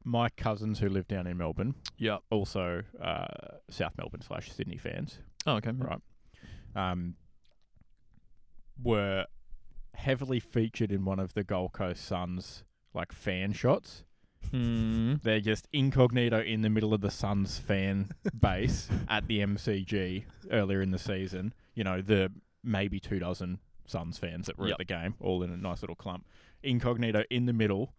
A: my cousins who live down in Melbourne,
C: Yep.
A: also uh, South Melbourne slash Sydney fans,
C: Oh, okay.
A: Right. um, were heavily featured in one of the Gold Coast Suns like fan shots.
C: Mm.
A: They're just incognito in the middle of the Suns fan base at the MCG earlier in the season. You know, the maybe two dozen Suns fans that were
C: Yep.
A: at the game, all in a nice little clump. Incognito in the middle,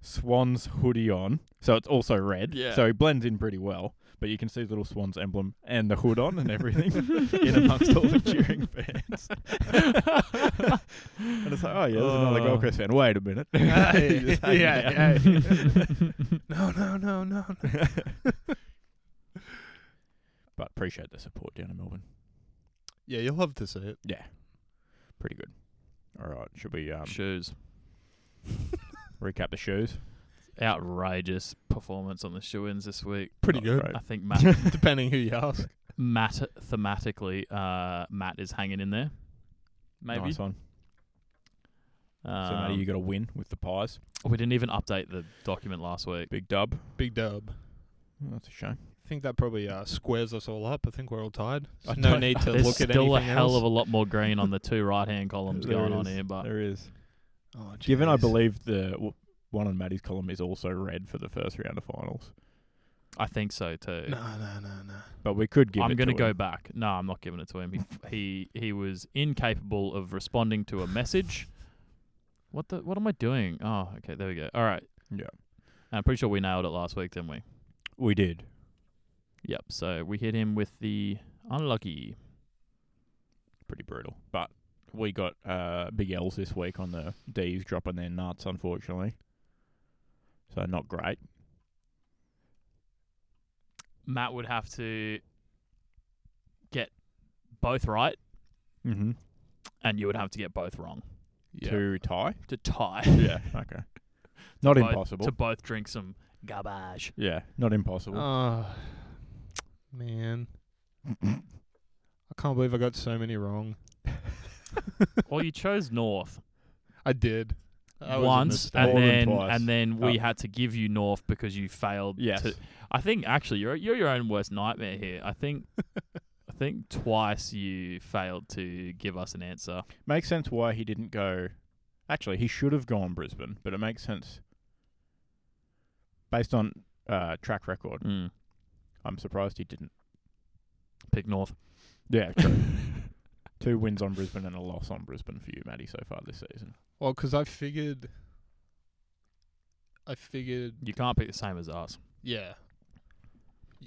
A: Swans hoodie on. So it's also red.
C: Yeah.
A: So he blends in pretty well. But you can see the little Swans emblem and the hood on and everything in amongst all the cheering fans. and it's like, oh, yeah, there's another Gold Coast fan. Wait a minute.
B: Hey.
A: Just hanging
B: Yeah,
A: out.
B: No, no, no, no. no.
A: but appreciate the support down in Melbourne.
B: yeah, you'll love to see it.
A: Yeah, pretty good. All right, should we um,
C: Shoes.
A: recap the shoes?
C: Outrageous performance on the shoe ins this week.
B: Pretty
A: Not
B: good,
A: great.
C: I think Matt,
B: depending who you ask.
C: Matt thematically, uh, Matt is hanging in there. Maybe.
A: Nice one. so
C: Um,
A: Matty, you got a win with the pies.
C: we didn't even update the document last week.
A: Big dub.
B: Big dub.
A: Oh, that's a shame.
B: I think that probably uh, squares us all up. I think we're all tied.
A: I
B: no
A: don't-
B: need to
C: There's
B: look at
C: still a
B: anything
C: hell
B: else.
C: of a lot more green on the two right hand columns
A: There
C: going on
A: is.
C: here, but
A: There is.
B: Oh,
A: Given I
B: jeez.
A: believe the w- one on Matty's column is also red for the first round of finals,
C: I think so too.
B: No, no, no, no.
A: but we could give.
C: I'm
A: it
C: going to
A: to
C: go
A: him.
C: back. No, I'm not giving it to him. He he he was incapable of responding to a message. What the what am I doing? Oh, okay, there we go. All right.
A: Yeah.
C: I'm pretty sure we nailed it last week, didn't we?
A: We did.
C: Yep. So we hit him with the unlucky.
A: Pretty brutal, but we got uh, big L's this week on the D's dropping their nuts, unfortunately. So not great.
C: Matt would have to get both right
A: Mm-hmm.
C: and you would have to get both wrong
B: Yeah.
A: To tie.
C: to tie.
A: Yeah. Okay. Not
C: Both-
A: impossible.
C: To both drink some garbage.
A: Yeah, not impossible.
B: Oh, man. I can't believe I got so many wrong.
C: well, you chose North.
B: I did. That was a
C: once
B: mistake.
C: and
A: More than
C: then
A: twice.
C: and then we had to give you north because you failed
A: yes.
C: to I think actually you're you're your own worst nightmare here. I think I think twice you failed to give us an answer.
A: Makes sense why he didn't go. Actually, he should have gone Brisbane, but it makes sense based on uh, track record.
C: Mm.
A: I'm surprised he didn't.
C: Pick north.
A: Yeah, true. Two wins on Brisbane and a loss on Brisbane for you, Matty, so far this season.
B: Well, 'cause I figured. I figured.
C: You can't pick the same as us.
B: Yeah.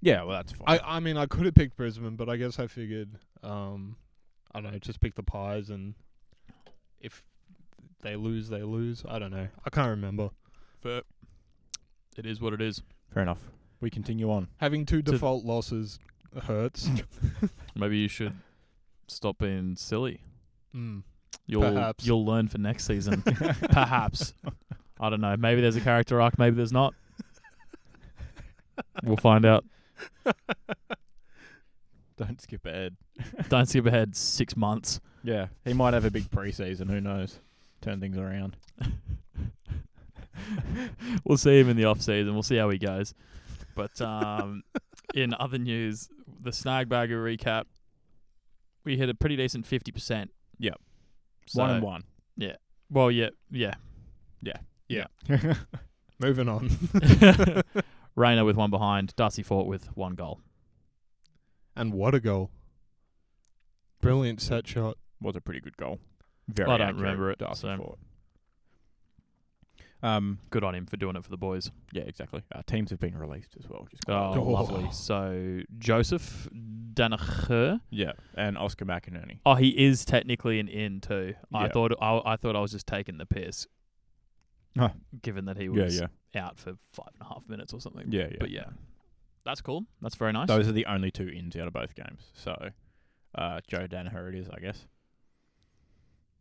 A: Yeah, well, that's fine.
B: I, I mean, I could have picked Brisbane, but I guess I figured. Um, I don't know, just pick the Pies and if they lose, they lose. I don't know. I can't remember.
C: But it is what it is.
A: Fair enough. We continue on.
B: Having two
C: To-
B: default losses hurts.
C: Maybe you should stop being silly.
B: mm.
C: You'll
B: Perhaps.
C: you'll learn for next season. Perhaps. I don't know. Maybe there's a character arc, maybe there's not. We'll find out.
A: Don't skip ahead.
C: Don't skip ahead six months.
A: Yeah, he might have a big preseason. Who knows? Turn things around.
C: we'll see him in the off season. We'll see how he goes. But um, in other news, the Snagbagger recap, we hit a pretty decent fifty percent.
A: Yep.
C: So,
A: one and one.
C: Well, yeah, yeah.
B: Moving on.
C: Rayner with one behind. Darcy Fort with one goal.
B: And what a goal. Brilliant set shot.
A: was a pretty good goal. Very
C: I don't
A: accurate,
C: remember it,
A: Darcy
C: so-
A: Ford. Um,
C: Good on him for doing it for the boys.
A: yeah, exactly. Uh, teams have been released as well, which is quite
C: Oh,
A: good.
C: lovely. So Joseph Danaher.
A: Yeah, and Oscar McInerney.
C: Oh, he is technically an in too. I
A: Yeah.
C: thought I, I thought I was just taking the piss,
A: Huh.
C: given that he
A: Yeah,
C: was
A: yeah,
C: out for five and a half minutes or something.
A: yeah, yeah.
C: But yeah, that's cool. That's very nice.
A: Those are the only two ins out of both games. So, uh, Joe Danaher it is, I guess.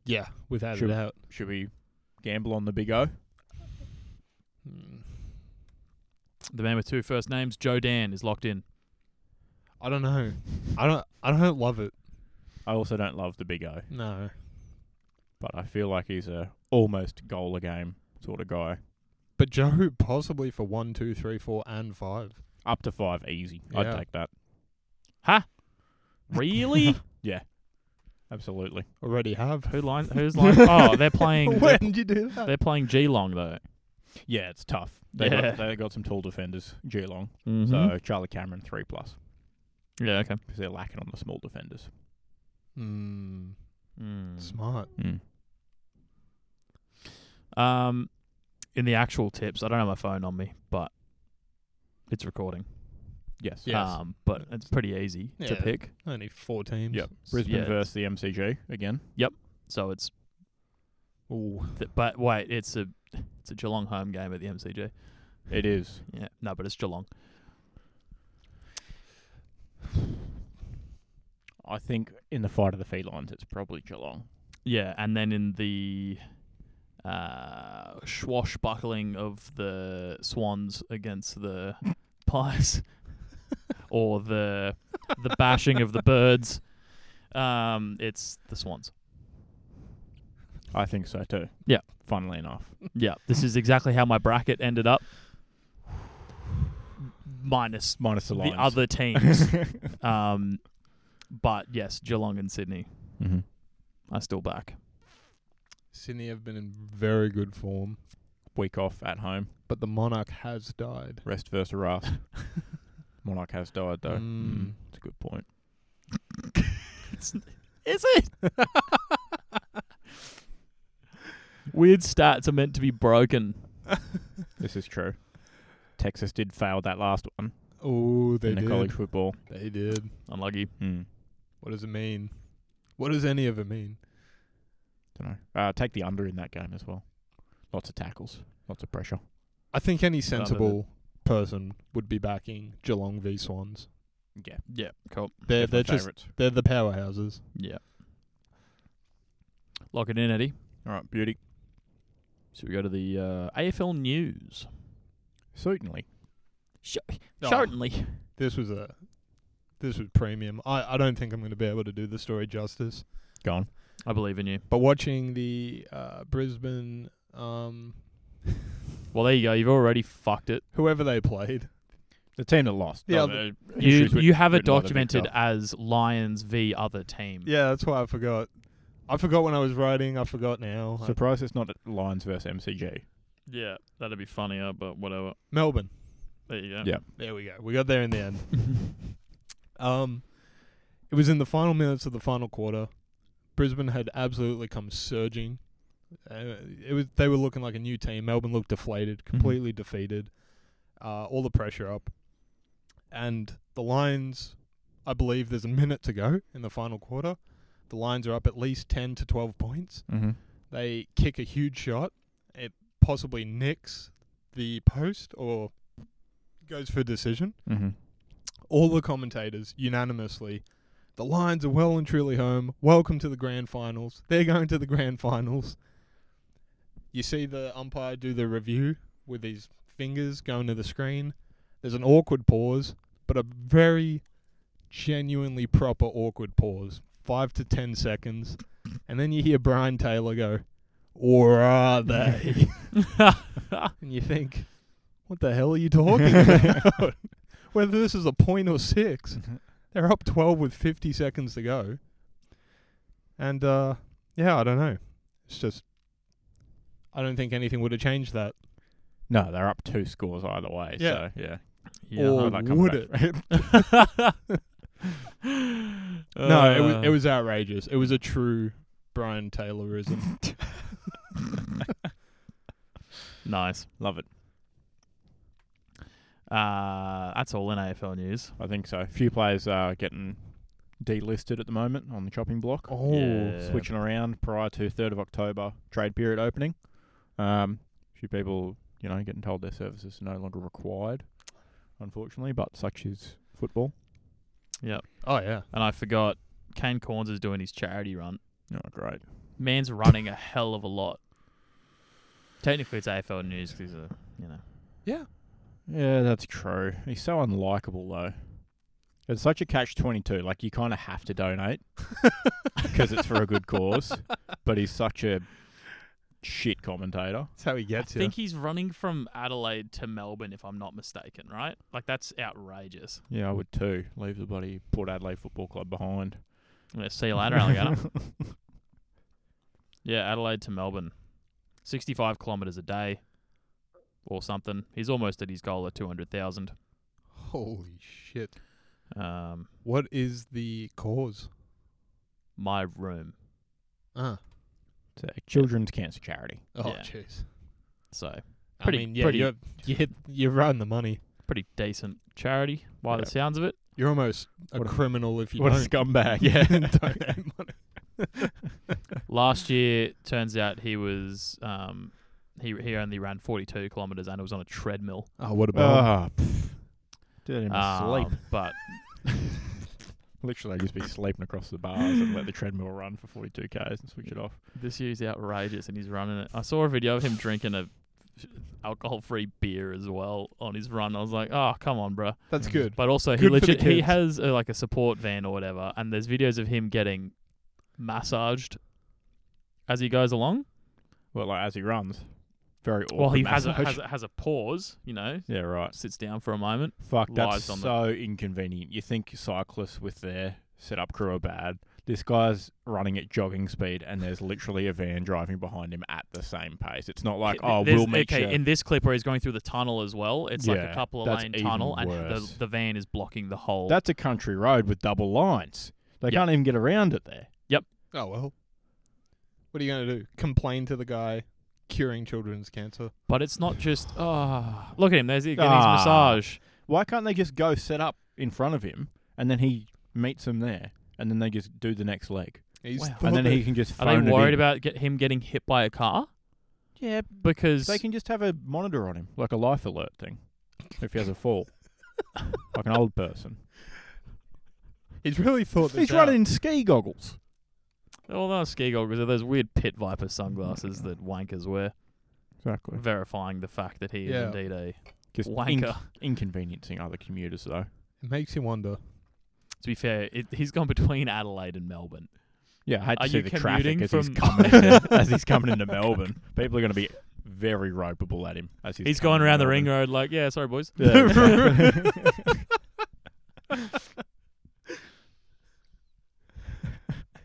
B: Yeah, without
A: Sure.
B: a doubt.
A: Should we gamble on the big O?
B: Mm.
C: the man with two first names, Joe Dan, is locked in.
B: I don't know. I don't. I don't love it.
A: I also don't love the big O,
B: No.
A: but I feel like he's a almost goal a game sort of guy.
B: But Joe possibly for one, two, three, four, and five.
A: Up to five, easy.
B: Yeah.
A: I'd take that.
C: Really?
A: Absolutely.
B: Already have.
C: Who line? Who's line? Oh, they're playing. They're,
B: When did you do that?
C: they're playing Geelong though.
A: Yeah, it's tough. They
C: Yeah.
A: got, they got some tall defenders, Geelong.
C: Mm-hmm.
A: So Charlie Cameron three plus
C: yeah, okay.
A: because they're lacking on the small defenders.
B: Mm,
C: Mm.
B: Smart.
A: Mm.
C: Um, in the actual tips, I don't have my phone on me, but it's recording.
A: Yes.
B: Yes.
C: Um, but it's pretty easy to
B: Yeah.
C: pick.
B: Only four teams.
A: Yep. Brisbane
C: yeah.
A: versus the MCG again.
C: So it's,
B: Ooh.
C: th- but wait, it's a, it's a Geelong home game at the MCG.
A: It is.
C: Yeah, no, but it's Geelong.
A: I think in the fight of the felines, it's probably Geelong.
C: Yeah, and then in the uh, swashbuckling of the Swans against the Pies, or the the bashing of the Birds, um, it's the Swans.
A: I think so too.
C: Yeah.
A: Funnily enough.
C: Yeah, this is exactly how my bracket ended up, minus
A: Minus the
C: the
A: lines.
C: other teams. um, but yes, Geelong and Sydney
A: Mm-hmm.
C: are still back.
B: Sydney have been in very good form,
A: Week off at home.
B: but the Monarch has died.
A: Rest versus rust. Monarch has died though.
B: Mm.
A: It's a good point.
C: Is it? Weird stats are meant to be broken.
A: This is true. Texas did fail that last one
B: Oh, they
A: in the
B: did.
A: college football.
B: They did.
C: Unlucky.
A: Mm.
B: What does it mean? What does any of it mean?
A: Don't know. Uh, take the under in that game as well. Lots of tackles. Lots of pressure.
B: I think any
C: None of it.
B: sensible person would be backing Geelong v Swans.
A: Yeah.
C: Yeah, cool.
B: They're they're just
A: favorites.
B: they're the powerhouses.
C: Yeah. Lock it in, Eddie.
A: All right, beauty.
C: So we go to the uh, AFL news.
A: Certainly.
C: Sh-
B: Oh.
C: Certainly.
B: This was a this was premium. I, I don't think I'm going to be able to do the story justice.
A: Go on.
C: I believe in you.
B: But watching the uh, Brisbane, um,
C: Well, there you go. You've already fucked it.
B: whoever they played,
A: The team that lost.
B: The
A: Oh,
B: other-
A: the
C: You
A: issues with-
C: you have it
A: written by the
C: documented
A: victor.
C: as Lions v other team.
B: yeah, that's why I forgot. I forgot when I was writing. I forgot now. I-
A: Surprised it's not at Lions versus MCG.
C: Yeah, that'd be funnier, but whatever.
B: Melbourne.
C: There you go.
A: Yeah.
B: There we go. We got there in the end.
A: Mm-hmm.
B: Um, it was in the final minutes of the final quarter. Brisbane had absolutely come surging. Uh, it was they were looking like a new team. Melbourne looked deflated, completely defeated. Uh, all the pressure up, and the Lions. I believe there's a minute to go in the final quarter. The Lions are up at least ten to twelve points.
A: Mm-hmm.
B: They kick a huge shot. It possibly nicks the post or goes for decision
A: Mm-hmm.
B: all the commentators unanimously the Lions are well and truly home. Welcome to the grand finals. They're going to the grand finals. You see the umpire do the review with his fingers going to the screen. There's an awkward pause, but a very genuinely proper awkward pause. Five to ten seconds. And then you hear Brian Taylor go, Or are they? and you think, What the hell are you talking about? Whether this is a point or six. They're up 12 with 50 seconds to go. And, uh, yeah, I don't know. It's just, I don't think anything would have changed that.
A: No, they're up two scores either way.
B: Yeah.
A: So, yeah.
C: Yeah.
B: Or
A: I like coming
B: would
A: back.
B: no, it
A: Uh.
B: was, it was outrageous. It was a true Brian Taylorism.
C: nice.
A: Love it.
C: Uh, that's all in AFL news.
A: I think so. A few players are getting delisted at the moment on the chopping block.
B: oh.
C: Yeah.
A: Switching around prior to 3rd of October trade period opening. Um, a few people, you know, getting told their services are no longer required, unfortunately, but such is football.
B: Oh, yeah.
C: And I forgot Kane Corns is doing his charity run.
A: Oh, great.
C: Man's running a hell of a lot. Technically, it's AFL news 'cause he's a, you know.
A: Yeah, that's true. He's so unlikable, though. It's such a catch 22. Like, you kind of have to donate because it's for a good cause, but he's such a shit commentator.
B: That's how he
C: I
B: gets you.
C: think he's running from Adelaide to Melbourne, if I'm not mistaken, right? Like, that's outrageous.
A: Yeah, I would too. Leave the bloody Port Adelaide Football Club behind.
C: Yeah, see you later, alligator. yeah, Adelaide to Melbourne. 65 kilometres a day. or something. He's almost at his goal of 200,000.
B: Holy shit.
C: Um,
B: What is the cause?
C: my room.
B: Ah.
A: It's a children's cancer charity.
B: Oh,
C: Yeah.
B: jeez.
C: So
B: I
C: Pretty-
B: mean, yeah,
C: pretty-
B: you're, you hit, you're around the money.
C: pretty decent charity by the
A: Yeah.
C: sounds of it.
B: You're almost a
A: What a-
B: criminal if you
A: what
B: don't.
A: a scumbag!
B: yeah.
A: Yeah,
B: money.
C: Last year, turns out he was um, he he only ran 42 kilometers and it was on a treadmill.
B: Oh, what about
A: Ah, pff. did it in my
B: Ah.
A: sleep.
C: Um, but
A: Literally, I'd just be sleeping across the bars and let the treadmill run for 42 k's and switch it off.
C: this year's outrageous and he's running it. I saw a video of him drinking a alcohol-free beer as well on his run. I was like, oh come on, bruh.
B: That's good.
C: But also, he
B: Good for the
C: legit he
B: kids.
C: has uh like a support van or whatever, and there's videos of him getting massaged as he goes along.
A: Well, like as he runs, very awkward.
C: Well, he has a,
A: massage.
C: has a has a pause, you know,
A: yeah, right.
C: sits down for a moment.
A: Fuck, that's
C: lies on the-
A: so inconvenient. You think cyclists with their setup crew are bad. This guy's running at jogging speed, and there's literally a van driving behind him at the same pace. It's not like, oh,
C: There's-
A: we'll make
C: okay.
A: sure.
C: In this clip where he's going through the tunnel as well, it's like a
A: Yeah,
C: couple of
A: that's
C: lane
A: even
C: tunnel, and the
A: worse.
C: the van is blocking the whole.
A: That's a country road with double lines. They
C: Yep.
A: can't even get around it there.
B: Oh, well. What are you going to do? Complain to the guy curing children's cancer?
C: but it's not just. Oh, look at him. There's he getting
A: Ah.
C: his massage.
A: Why can't they just go set up in front of him, and then he meets them there, and then they just do the next leg,
B: He's
C: Wow.
B: thought
A: and then
B: that-
A: he can just.
C: Are
A: phone
C: they
A: it
C: worried
A: in.
C: about get him getting hit by a car?
A: Yeah,
C: Because
A: They can just have a monitor on him, like a life alert thing, if he has a fall, like an old person.
B: He's really thought this
A: He's
B: out.
A: running in ski goggles.
C: all those ski goggles are those weird pit viper sunglasses that wankers wear.
A: Exactly.
C: verifying the fact that he
B: Yeah.
C: is indeed a
A: Just
C: wanker.
A: inc- inconveniencing other commuters, though.
B: It makes you wonder.
C: to be fair, it, he's gone between Adelaide and Melbourne.
A: Yeah, I had to
C: Are
A: see
C: you
A: the traffic
C: commuting
A: as he's,
C: from-
A: coming into, as he's coming into Melbourne. People are going to be very ropeable at him as he's,
C: He's, going
A: coming
C: around
A: to
C: the ring
A: Melbourne.
C: road like, yeah, sorry, boys.
A: Yeah, exactly.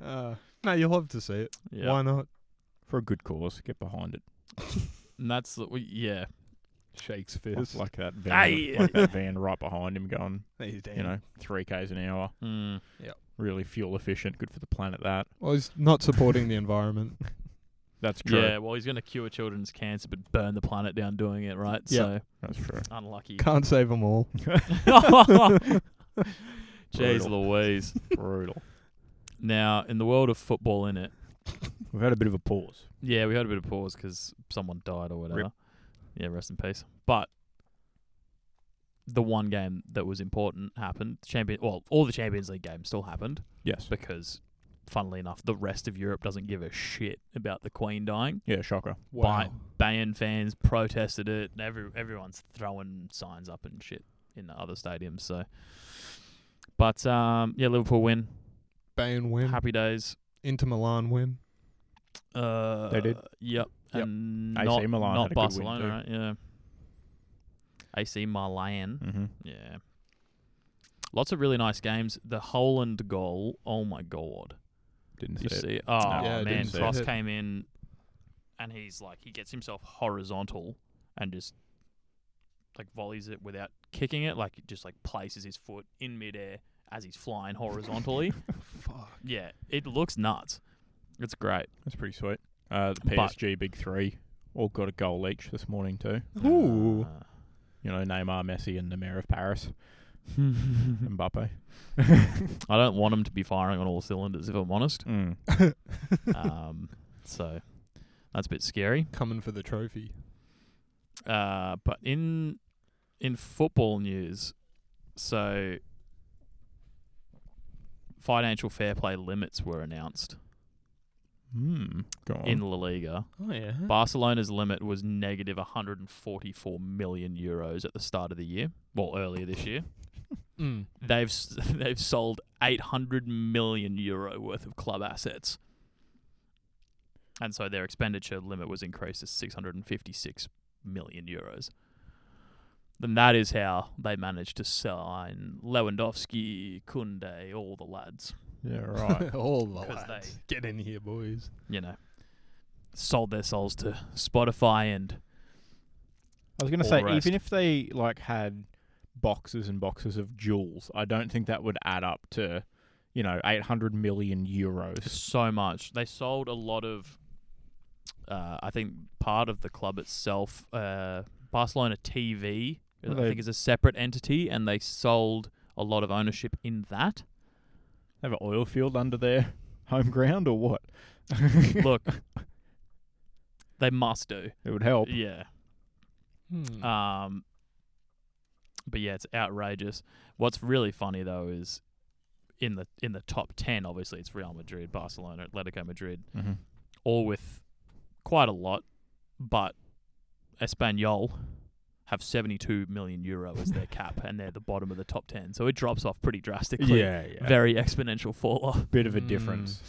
B: Uh, no, you'll love to see it.
C: Yeah.
B: Why not?
A: For a good cause, get behind it.
C: And that's, the, we- yeah.
B: Shakespeare.
A: Like, like that van,
C: Aye.
A: like that van right behind him, going
B: He's damn.
A: you know three k's an hour.
C: Mm.
A: Really fuel efficient, good for the planet. That
B: Well, he's not supporting the environment.
A: that's true.
C: Yeah, well, he's going to cure children's cancer but burn the planet down doing it, right?
B: Yeah.
C: So,
A: That's true.
C: unlucky.
B: Can't save them all.
C: Jeez
A: Brutal.
C: Louise.
A: Brutal.
C: Now, in the world of football, in it,
A: We've had a bit of a pause.
C: yeah, we had a bit of pause because someone died or whatever.
A: Rip.
C: Yeah, rest in peace. But the one game that was important happened. Champion, well, all the Champions League games still happened.
A: Yes.
C: because funnily enough the rest of Europe doesn't give a shit about the queen dying.
A: Yeah, shocker.
C: Wow. Bayern fans protested it and every everyone's throwing signs up and shit in the other stadiums so but um yeah Liverpool win.
B: Bayern win.
C: Happy days.
B: Inter Milan win.
C: Uh
A: They did.
C: Yep.
A: Yep.
C: And
A: AC
C: not,
A: Milan
C: not
A: had a good win
C: Barcelona,
A: too.
C: right? Yeah. AC Milan.
A: Mm-hmm.
C: Yeah. Lots of really nice games. The Holland goal, oh my god.
A: Didn't
C: You
A: see it.
C: see, oh
A: Yeah, I
C: man,
A: didn't see
C: Cross
B: it.
C: came in, and he's like he gets himself horizontal and just like volleys it without kicking it, like just like places his foot in midair as he's flying horizontally.
B: Fuck.
C: yeah, it looks nuts. It's great.
A: That's pretty sweet. Uh, the
C: But-
A: PSG big three all got a goal each this morning too.
B: Ooh.
C: Uh,
A: You know Neymar, Messi, and the mayor of Paris, Mbappe.
C: I don't want him to be firing on all cylinders, if I'm honest.
A: Mm.
C: um, so that's a bit scary.
B: Coming for the trophy.
C: Uh, but in in football news, so financial fair play limits were announced
A: Mm. Go on.
C: in La Liga.
B: Oh yeah.
C: Barcelona's limit was negative 144 million euros at the start of the year, well earlier this year.
B: Mm.
C: They've s- they've sold 800 million euro worth of club assets. And so their expenditure limit was increased to 656 million euros. Then that is how they managed to sign Lewandowski, Kunde, all the lads.
A: yeah, right.
B: all the
C: 'Cause
B: lads. Get in here, boys.
C: You know, sold their souls to Spotify and
A: I was going to
C: All
A: say,
C: rest.
A: even if they like had boxes and boxes of jewels, I don't think that would add up to, you know, eight hundred million euros.
C: so much. They sold a lot of. Uh, I think part of the club itself, uh, Barcelona TV,
A: Well,
C: I
A: they-
C: think is a separate entity, and they sold a lot of ownership in that.
A: They have an oil field under their home ground, or what?
C: Look, they must do.
A: It would help.
C: Yeah.
A: Mm.
B: Hmm.
A: Uh,
C: Um, but yeah, it's outrageous. What's really funny though is in the in the top ten, obviously it's Real Madrid, Barcelona, Atletico Madrid,
A: Mm-hmm.
C: all with quite a lot, but Espanyol have 72 million euro as their cap, and they're the bottom of the top 10. So it drops off pretty drastically.
A: Yeah, yeah.
C: Very exponential fall off.
A: Bit of a
B: Mm.
A: difference.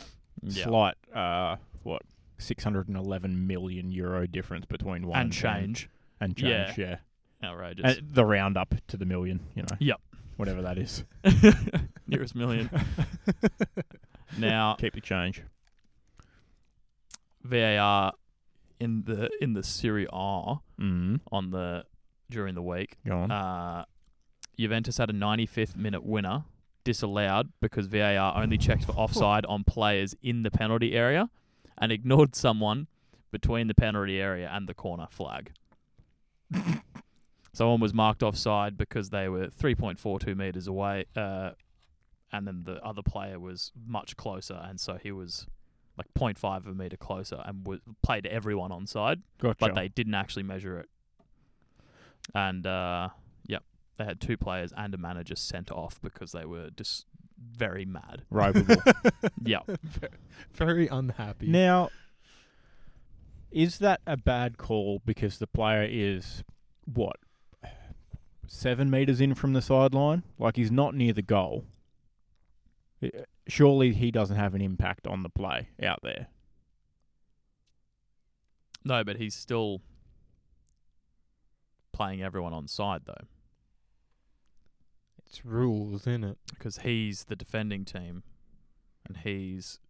C: Mm,
A: Slight, uh, what, six hundred and eleven million euro difference between one
C: And change.
A: and
C: Yeah.
A: change. Yeah,
C: Outrageous.
A: And the round up to the million. You know.
C: Yep.
A: Whatever that is.
C: Nearest million. now,
A: Keep the change.
C: VAR in the in the Serie A
A: Mm.
C: on the during the week.
A: Go on.
C: Mm-hmm. Uh, Juventus had a 95th minute winner disallowed because VAR only checked for offside on players in the penalty area and ignored someone between the penalty area and the corner flag. someone was marked offside because they were 3.42 meters away, uh, and then the other player was much closer, and so he was like 0.5 of a meter closer and was, played everyone onside
A: gotcha.
C: but they didn't actually measure it. And uh, yep, they had two players and a manager sent off because they were just very mad.
A: Rival.
C: yeah,
B: Very unhappy.
A: Now, is that a bad call because the player is what seven meters in from the sideline? Like he's not near the goal. I- Surely he doesn't have an impact on the play out there.
C: no, but he's still playing everyone on side though,
B: it's rules, in it?
C: because he's the defending team, and he's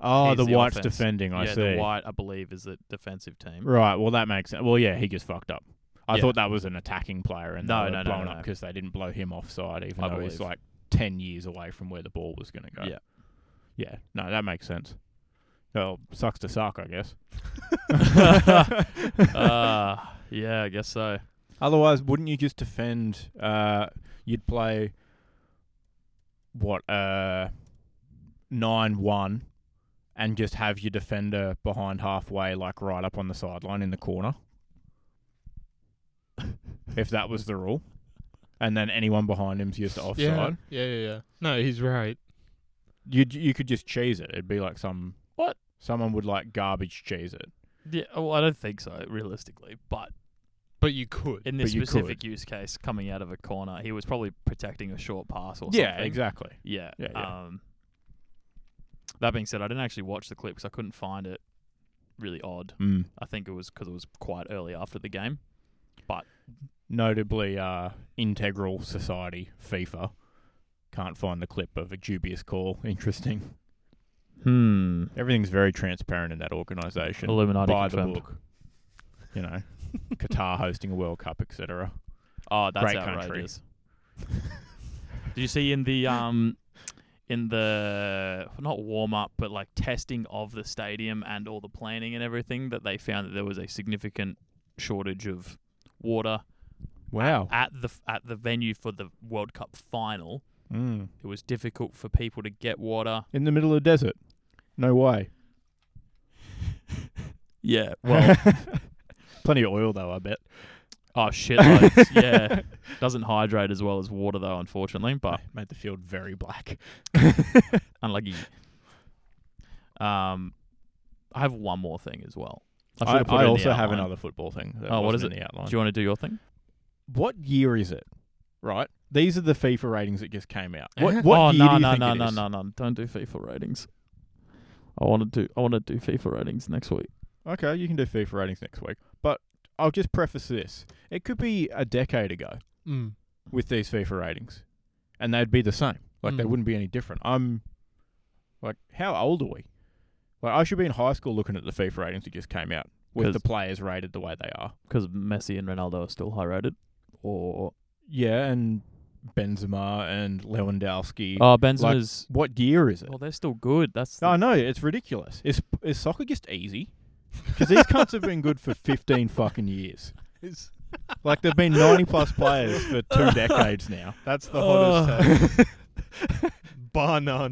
A: Oh,
C: He's
A: the,
C: the
A: White's
C: offense.
A: defending. I
C: yeah
A: see.
C: the white I believe is the defensive team.
A: Right. Well, that makes sense. Well, yeah, he gets fucked up. I
C: Yeah.
A: thought that was an attacking player and
C: No,
A: they were
C: no, no,
A: blown
C: no.
A: up because they didn't blow him offside, even
C: I
A: though
C: believe.
A: he's like ten years away from where the ball was going to go.
C: Yeah.
A: Yeah. No, that makes sense. Well, sucks to suck, I guess.
C: uh, yeah, I guess so.
A: Otherwise, wouldn't you just defend? Uh, you'd play what uh nine one, and just have your defender behind halfway, like right up on the sideline in the corner. if that was the rule, and then anyone behind him's just offside,
B: Yeah. yeah, yeah, yeah. No, he's right.
A: you you could just cheese it. It'd be like some
C: What?
A: someone would like garbage cheese it.
C: Yeah, well, I don't think so realistically, but
B: But you could.
C: in this
A: But you
C: specific use case coming out of a corner, he was probably protecting a short pass or
A: yeah,
C: something.
A: exactly.
C: Yeah,
A: Yeah, yeah.
C: Um, that being said, I didn't actually watch the clip because I couldn't find it. Really odd.
A: Mm.
C: I think it was because it was quite early after the game.
A: notably uh, integral society FIFA. Can't find the clip of a dubious call. Interesting.
C: Hmm.
A: Everything's very transparent in that organisation.
C: Illuminati
A: By
C: confirmed.
A: the book, you know, Qatar hosting a World Cup, etc.
C: Oh, that's
A: Great country.
C: outrageous. Did you see in the um, in the not warm up, but like testing of the stadium and all the planning and everything that they found that there was a significant shortage of water
A: Wow.
C: at the at the venue for the World Cup final.
A: Mm.
C: It was difficult for people to get water.
A: In the middle of the desert. No way.
C: Yeah. Well,
A: Plenty of oil though, I bet.
C: oh shit. loads. Yeah. Doesn't hydrate as well as water though, unfortunately. But
A: Made the field very black.
C: unlucky. Um, I have one more thing as well. I,
A: I,
C: should've put
A: I
C: it in the
A: also have
C: outline.
A: another football thing. that
C: Oh, what
A: wasn't
C: is
A: in The outline.
C: Do you want to do your thing?
A: what year is it? Right. These are the FIFA ratings that just came out. What, what
C: oh
A: year
C: no
A: do you
C: no
A: think
C: no
A: it
C: no
A: is?
C: no no! Don't do FIFA ratings. I want to do I want to do FIFA ratings next week.
A: Okay, you can do FIFA ratings next week. But I'll just preface this. It could be a decade ago
B: Mm.
A: with these FIFA ratings, and they'd be the same. Like,
C: Hmm.
A: they
B: Mm.
A: wouldn't be any different. I'm like, how old are we? Like, I should be in high school looking at the FIFA ratings that just came out. with
C: 'Cause-
A: the players rated the way they are.
C: because Messi and Ronaldo are still high rated. Or
A: Yeah, and Benzema and Lewandowski.
C: oh, Benzema's.
A: what year is it?
C: well, they're still good. That's the,
A: I know it's ridiculous. Is is soccer just easy? Because these cunts have been good for fifteen fucking years. Like they've been ninety plus players for two decades now.
B: That's the hottest take. Bar none.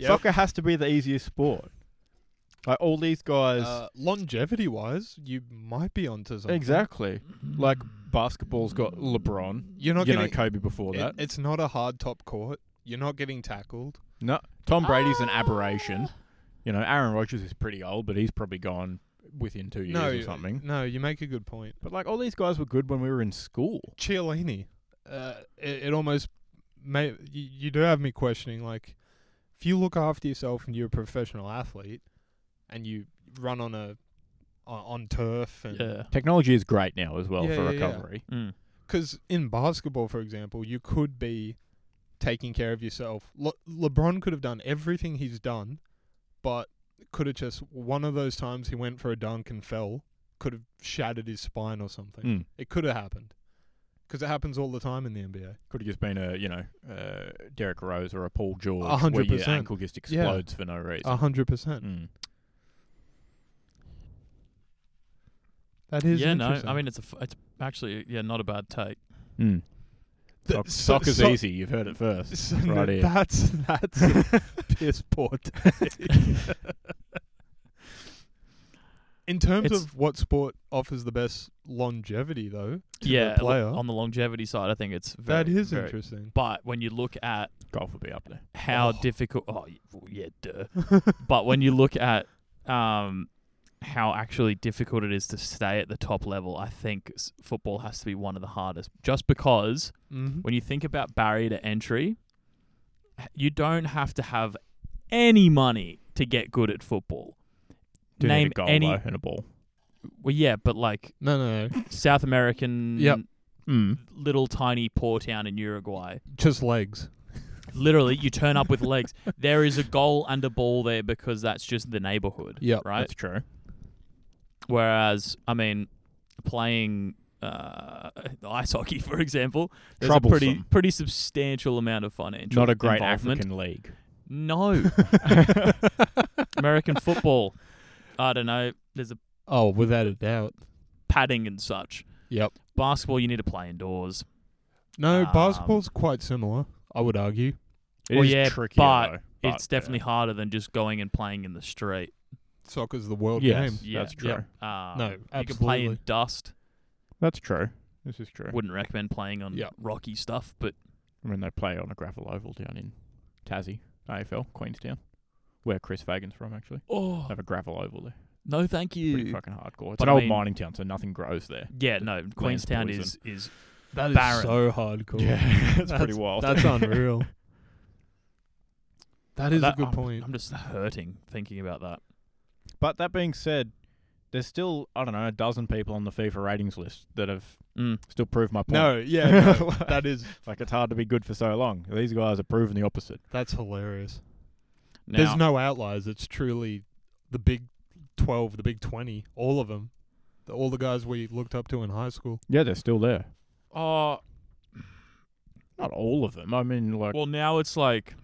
B: Yep.
A: Soccer has to be the easiest sport. Like all these guys,
B: Uh, longevity wise, you might be onto something.
A: exactly. Like basketball's got LeBron.
B: You're not
A: you know
B: getting
A: Kobe before
B: it-
A: that.
B: it's not a hard top court. You're not getting tackled.
A: no, Tom Brady's
B: Ah.
A: an aberration. You know, Aaron Rodgers is pretty old, but he's probably gone within two years
B: no,
A: or something.
B: No, you make a good point.
A: But like all these guys were good when we were in school.
B: Chiellini. Uh, it, it almost may you, you do have me questioning like if you look after yourself and you're a professional athlete and you run on a on, on turf and
C: yeah.
A: Technology is great now as well
B: Yeah,
A: for
B: yeah, yeah.
A: recovery.
C: Mm.
B: because in basketball, for example, you could be taking care of yourself. Le- LeBron could have done everything he's done, but could have just one of those times he went for a dunk and fell, could have shattered his spine or something.
A: Mm.
B: It could have happened because it happens all the time in the NBA.
A: Could have just been a you know uh, Derek Rose or a Paul George
B: A hundred
A: where your
B: percent.
A: ankle just
B: Yeah.
A: explodes for no reason.
B: A hundred percent.
A: Mm.
B: That is
C: yeah, no.
B: interesting.
C: I mean, it's a, f- it's actually yeah, not a bad take. Hmm.
A: Mm.
B: The-
A: Soc-
B: so-
A: soccer's
B: so-
A: easy. You've heard it first.
B: So
A: Right
B: no,
A: here.
B: that's that's a piss poor take. In terms
C: It's-
B: of what sport offers the best longevity, though, to
C: yeah,
B: the
C: l-
B: player,
C: on the longevity side, I think it's very,
B: that is
C: very-
B: interesting.
C: But when you look at
A: Golf would be up there.
C: how
B: Oh.
C: difficult, oh y- well, yeah, duh. but when you look at um, how actually difficult it is to stay at the top level, I think s- football has to be one of the hardest, just because
B: Mm-hmm.
C: when you think about barrier to entry, h- you don't have to have any money to get good at football.
A: Do
C: Name
A: need a goal
C: any.
A: though, and a ball.
C: Well, yeah, but like
B: No, no, no,
C: South American
B: Yep.
C: Hmm.
A: Mm.
C: little tiny poor town in Uruguay.
B: just legs.
C: Literally, you turn up with legs. There is a goal and a ball there because that's just the neighborhood,
B: Yep.
C: right?
A: That's true.
C: Whereas, I mean, playing uh, ice hockey, for example, there's a pretty
A: Troublesome.
C: pretty substantial amount of financial
A: Not a great
C: involvement.
A: African league.
C: No, American football. I don't know. There's a
B: Oh, without a doubt.
C: padding and such.
B: Yep.
C: Basketball, you need to play indoors.
B: No,
C: Um,
B: basketball's quite similar, I would argue.
A: It
C: Well,
A: is
C: yeah,
A: trickier,
C: but
A: though,
C: it's definitely harder than just going and playing in the street.
B: Soccer's the world
A: Yes.
B: game.
C: Yeah,
A: That's true.
C: Uh,
B: No,
C: you can play in
B: absolutely.
C: dust.
A: That's true. This is true.
C: Wouldn't recommend playing on
B: Yeah.
C: rocky stuff, but
A: I mean, they play on a gravel oval down in Tassie, AFL, Queenstown, where Chris Fagan's from, actually.
C: oh
A: They have a gravel oval there.
C: no, thank
A: Pretty
C: you.
A: fucking hardcore. It's
C: But
A: an
C: I
A: old
C: mean-
A: mining town, so nothing grows there.
C: Yeah, no, Queenstown is
A: poison.
C: is
B: That is
C: Barren.
B: so hardcore.
A: it's pretty wild.
B: That's unreal. That is
C: that-
B: a good
C: I'm-
B: point.
C: I'm just hurting thinking about that.
A: but that being said, there's still, I don't know, a dozen people on the FIFA ratings list that have
C: Mm.
A: still proved my point.
B: No, yeah, no, that is
A: Like, it's hard to be good for so long. These guys are proving the opposite.
B: that's hilarious.
C: Now,
B: There's no outliers. It's truly the big twelve, the big twenty, all of them, the, all the guys we looked up to in high school.
A: Yeah, they're still there.
C: oh,
A: Not all of them. I mean, like,
C: well, now it's like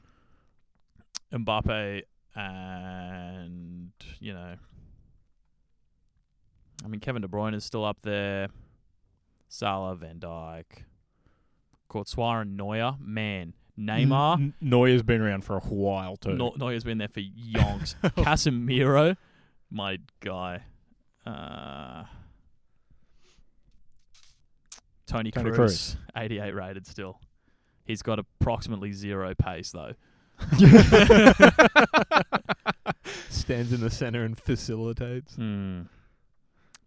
C: Mbappe and you know, I mean, Kevin De Bruyne is still up there. Salah, Van Dijk, Courtois, and Neuer. Man, Neymar.
A: N- Neuer's been around for a while, too.
C: No, Neuer's been there for yonks. Casemiro, my guy. Uh, Tony,
A: Tony
C: Cruz,
A: Cruz.
C: 88 rated still. He's got approximately zero pace though.
B: Stands in the center and facilitates.
A: Hmm.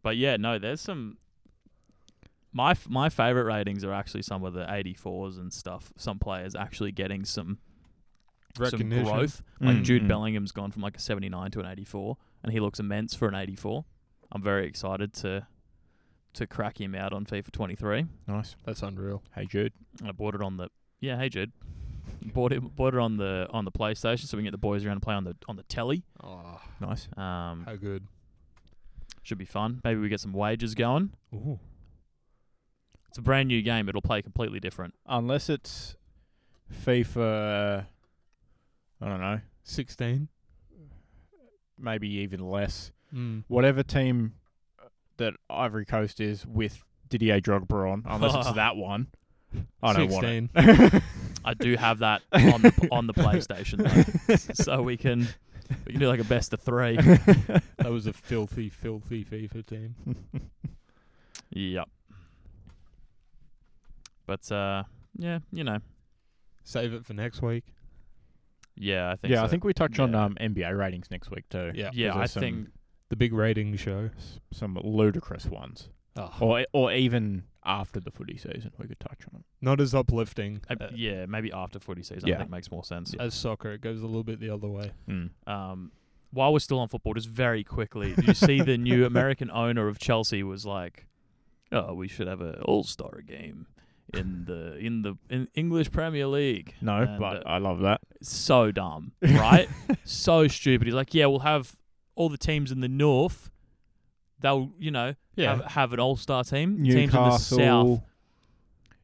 C: But yeah, no, there's some. My f- my favorite ratings are actually some of the 84s and stuff. Some players actually getting some some
B: Recognition.
C: growth. Like
A: Mm.
C: Jude
A: Mm.
C: Bellingham's gone from like a 79 to an 84, and he looks immense for an 84. I'm very excited to to crack him out on FIFA 23.
A: Nice.
B: That's unreal.
A: Hey, Jude.
C: And I bought it on the yeah, hey Jude, bought it bought it on the on the PlayStation so we can get the boys around and play on the on the telly.
B: Oh,
A: Nice.
C: Um,
B: how good.
C: Should be fun. Maybe we get some wages going.
B: Ooh.
C: It's a brand new game. It'll play completely different.
A: Unless it's FIFA, I don't know,
B: 16.
A: maybe even less.
B: Mm.
A: Whatever team that Ivory Coast is with Didier Drogba on, unless it's that one, I don't want it.
B: 16.
C: I do have that on the, on the PlayStation, though, so we can we can do like a best of three.
B: that was a filthy, filthy FIFA team.
C: Yep. But uh, yeah, you know,
B: Save it for next week.
C: yeah, I think.
A: yeah, I
C: so.
A: think we touch on
C: Yeah.
A: um, NBA ratings next week too.
B: Yeah.
C: Yeah,
A: 'cause
C: I
A: there's some-
C: think.
B: The big rating show.
A: s- some ludicrous ones,
B: Oh.
A: or or even after the footy season, we could touch on
B: Not as uplifting
C: uh,
B: uh,
C: yeah, maybe after footy season, I
A: yeah.
C: think makes more sense.
B: as soccer. It goes a little bit the other way.
A: it. Mm.
C: um, while we're still on football, just very quickly, did you see the new American owner of Chelsea was like, "Oh, we should have a All Star game in the in the in English Premier League."
A: No,
C: And,
A: but
C: uh,
A: I love that.
C: so dumb, right? so stupid. He's like, "Yeah, we'll have all the teams in the north. They'll, you know, have, have an All Star team. Teams in the south,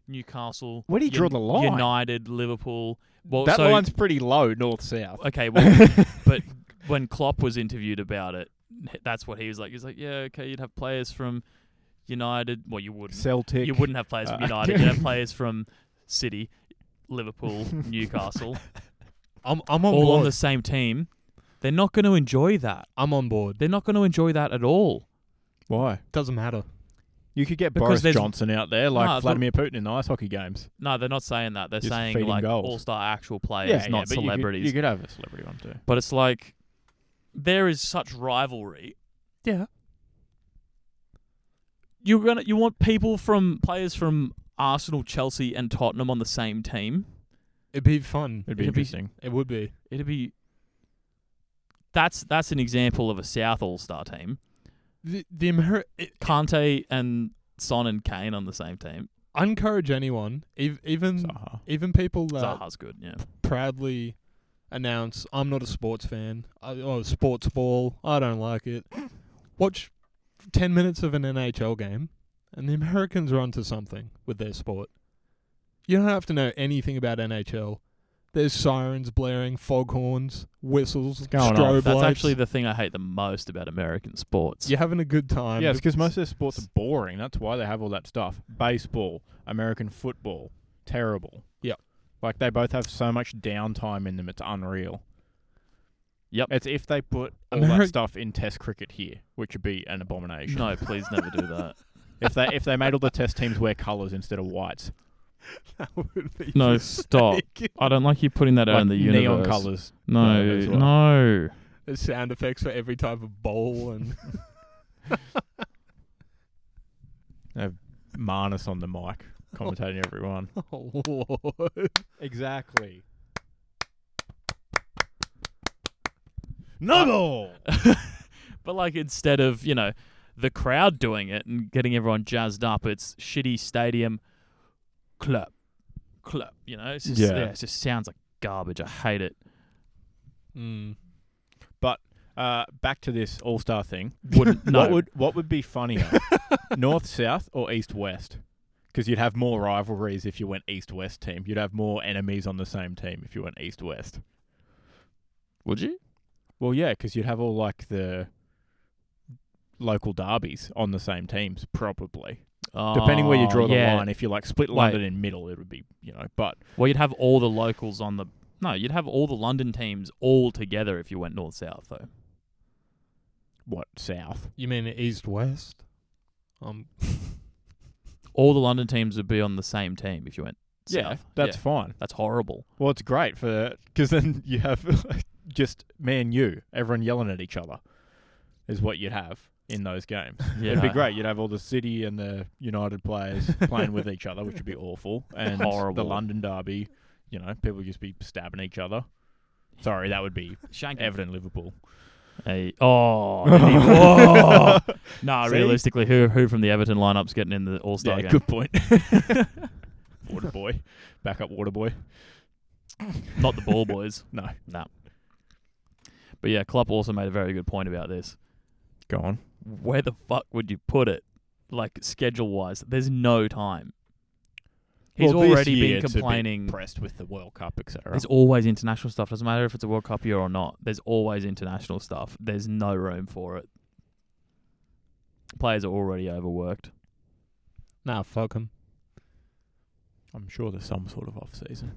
C: Newcastle.
A: Where do you draw the line?
C: United, Liverpool. Well,
A: that
C: so,
A: line's pretty low, north south.
C: okay, well, but when Klopp was interviewed about it, that's what he was like. He was like, yeah, okay, you'd have players from United. Well, you wouldn't.
A: Celtic.
C: You wouldn't have players from
A: Uh,
C: United. You'd have players from City, Liverpool, Newcastle,
B: I'm, I'm
A: Oh,
B: on
C: all
B: board.
C: on the same team. They're not going to enjoy that.
B: I'm on board.
C: They're not going to enjoy that at all.
A: Why?
B: Doesn't matter.
A: You could get
C: Because
A: Boris
C: there's-
A: Johnson out there like
C: No, I thought-
A: Vladimir Putin in the ice hockey games.
C: No, they're not saying that. They're
A: Just
C: saying
A: feeding
C: like
A: goals.
C: all star actual players, Oh,
A: but
C: not
A: you could-
C: celebrities.
A: You could, have a celebrity one too.
C: But it's like there is such rivalry.
A: Yeah.
C: You're gonna you want people from players from Arsenal, Chelsea, and Tottenham on the same team.
B: It'd be fun.
A: It'd be
C: It'd be-
A: interesting.
B: It would be.
C: It'd be that's that's an example of a South All Star team.
B: The, the Ameri- it,
C: Kante and Son and Kane on the same team.
B: I encourage anyone, ev- even
A: Zaha.
C: uh,
B: even people that
C: Zaha's good, yeah.
B: proudly announce, "I'm not a sports fan. I, oh, sports ball. I don't like it." Watch ten minutes of an NHL game, and the Americans are onto something with their sport. You don't have to know anything about NHL. There's sirens blaring, foghorns, whistles,
A: going on?
B: strobe
C: That's
B: lights.
C: actually the thing I hate the most about American sports.
B: You're having a good time.
A: Yeah, it's because most of their sports are boring. That's why they have all that stuff. Baseball, American football, terrible.
B: Yep.
A: Like they both have so much downtime in them, it's unreal.
C: Yep.
A: It's if they put all
B: Ameri-
A: that stuff in Test cricket here, which would be an abomination.
C: No, please never do that.
A: if they if they made all the Test teams wear colours instead of whites,
B: that would be
C: No, stop. I don't like you putting that out
A: like
C: in the universe.
A: neon colours.
C: No,
A: No, as well.
C: no.
B: There's sound effects for every type of bowl and
A: Marnus on the mic, commentating everyone.
B: oh lord.
A: Exactly. No ball.
C: But like instead of, you know, the crowd doing it and getting everyone jazzed up, it's shitty stadium club. Club, you know? It's just yeah.
A: Yeah.
C: it just sounds like garbage. I hate it.
B: Mm.
A: Uh, back to this All Star thing.
C: Wouldn't no
A: What would what would be funnier, North South or East West? Because you'd have more rivalries if you went East West team. You'd have more enemies on the same team if you went East West.
C: would you?
A: Well, yeah, because you'd have all like the local derbies on the same teams, probably. Depending where you draw the line. If you Oh, like split
C: Wait.
A: London in middle, it would be you know. But
C: Well you'd have all the locals on the no, you'd have all the London teams all together if you went north south though.
A: what South?
B: You mean east west? Um
C: All the London teams would be on the same team if you went south.
A: Yeah, that's fine.
C: that's horrible.
A: Well, it's great for because then you have just me and you, everyone yelling at each other, is what you'd have in those games.
C: Yeah.
A: It'd be great. You'd have all the City and the United players playing with each other, which would be awful. And
C: Horrible.
A: the London derby, you know, people would just be stabbing each other. Sorry, that would be
C: Shank
A: Everton Liverpool.
C: Hey, oh, any- whoa. Nah,
A: See?
C: realistically, who who from the Everton lineup's getting in the All Star
A: Yeah,
C: game?
A: good point. water boy, backup water boy.
C: Not the ball boys.
A: No,
C: But yeah, Klopp also made a very good point about this.
A: go on.
C: where the fuck would you put it? Like schedule wise, there's no time. He's
A: Well, this
C: already
A: year
C: been
A: it's a bit
C: complaining.
A: Pressed with the World Cup, etc.
C: There's always international stuff. Doesn't matter if it's a World Cup year or not. There's always international stuff. There's no room for it. Players are already overworked.
B: Nah, fuck him.
A: I'm sure there's some sort of off season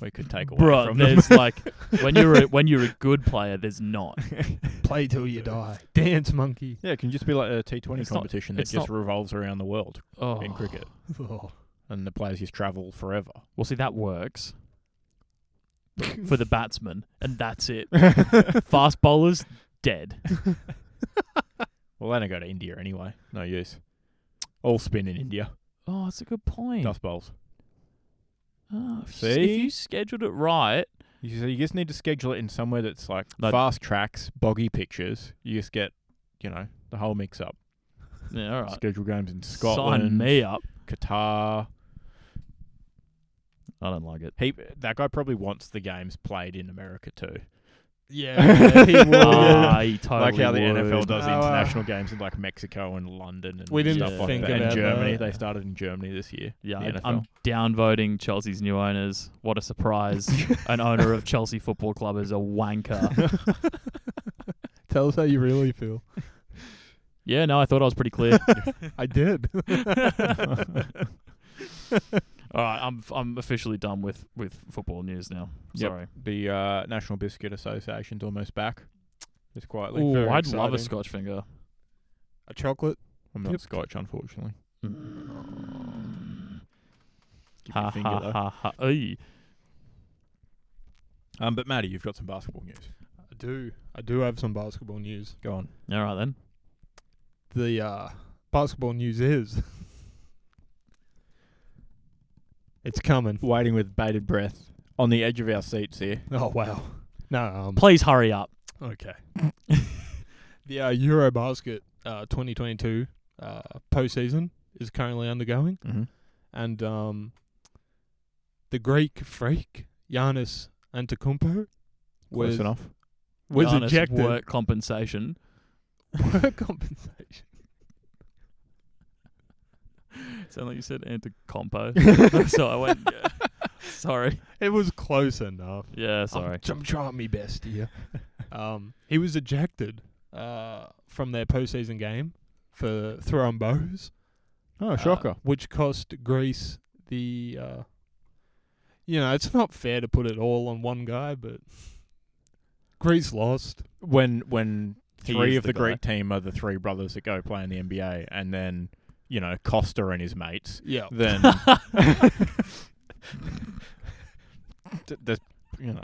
A: we could take away
C: Bro,
A: from them.
C: there's like when you're a, when you're a good player, there's not.
B: Play till you die. Dance monkey.
A: Yeah, it can just be like a T20
C: It's not-
A: competition that
C: it's
A: just
C: not-
A: revolves around the world
C: Oh.
A: in cricket,
B: Oh.
A: and the players just travel forever.
C: Well, see that works for the batsman, and that's it. Fast bowlers dead.
A: Well, they don't go to India anyway. No use. All spin in India.
C: Oh, that's a good point.
A: Dust bowls.
C: Oh, if, you, if
A: See?
C: you scheduled it right,
A: You, so you just need to schedule it in somewhere that's like
C: No.
A: fast tracks, boggy pictures. You just get, you know, the whole mix up.
C: yeah, all right.
A: Schedule games in Scotland,
C: Sign me up.
A: Qatar.
C: I don't like it.
A: He that guy probably wants the games played in America too.
B: Yeah, he would.
C: Ah, he totally
A: like how the
C: would.
A: NFL does
B: Oh, uh,
A: international games in like Mexico and London and
B: We didn't
A: stuff like
C: think
A: that. And
C: about
A: Germany,
B: that.
A: they started in Germany this year.
C: Yeah,
A: the
C: I-
A: NFL.
C: I'm downvoting Chelsea's new owners. What a surprise! An owner of Chelsea Football Club is a wanker.
B: Tell us how you really feel.
C: yeah, no, I thought I was pretty clear.
B: I did.
C: All right, I'm I'm officially done with with football news now.
A: Yep.
C: Sorry.
A: The uh, National Biscuit Association's almost back. Just quietly.
B: Ooh,
A: Very
C: I'd
A: exciting.
C: love a Scotch finger.
B: A chocolate.
A: I'm not
B: Yep.
A: Scotch, unfortunately. Give me
C: Ha
A: a finger,
C: ha
A: though.
C: ha ha. Oy.
A: Um, but Maddie, you've got some basketball news.
B: I do. I do have some basketball news.
A: Go on.
C: All right then.
B: The uh, basketball news is it's coming.
A: Waiting with bated breath on the edge of our seats here.
B: Oh wow. No. Um,
C: Please hurry up.
B: okay. the uh, EuroBasket uh, 2022 uh, postseason is currently undergoing,
A: Mm-hmm.
B: and um, the Greek freak Giannis Antetokounmpo
A: Close
B: was
A: enough.
B: was
C: Giannis
B: ejected.
C: work compensation.
B: Work compensation.
C: Sound like you said anti-compo. so I went. Yeah. Sorry.
B: It was close enough.
C: Yeah. Sorry.
B: I'm, I'm trying my best here. um, he was ejected uh, from their postseason game for throwing bows,
A: Oh,
B: uh,
A: shocker.
B: which cost Greece the. Uh, you know, it's not fair to put it all on one guy, but Greece lost.
A: when when
C: He
A: three
C: is
A: of
C: the
A: the, Greek team are the three brothers that go play in the NBA, and then you know Costa and his mates,
B: Yeah,
A: then D- there's you know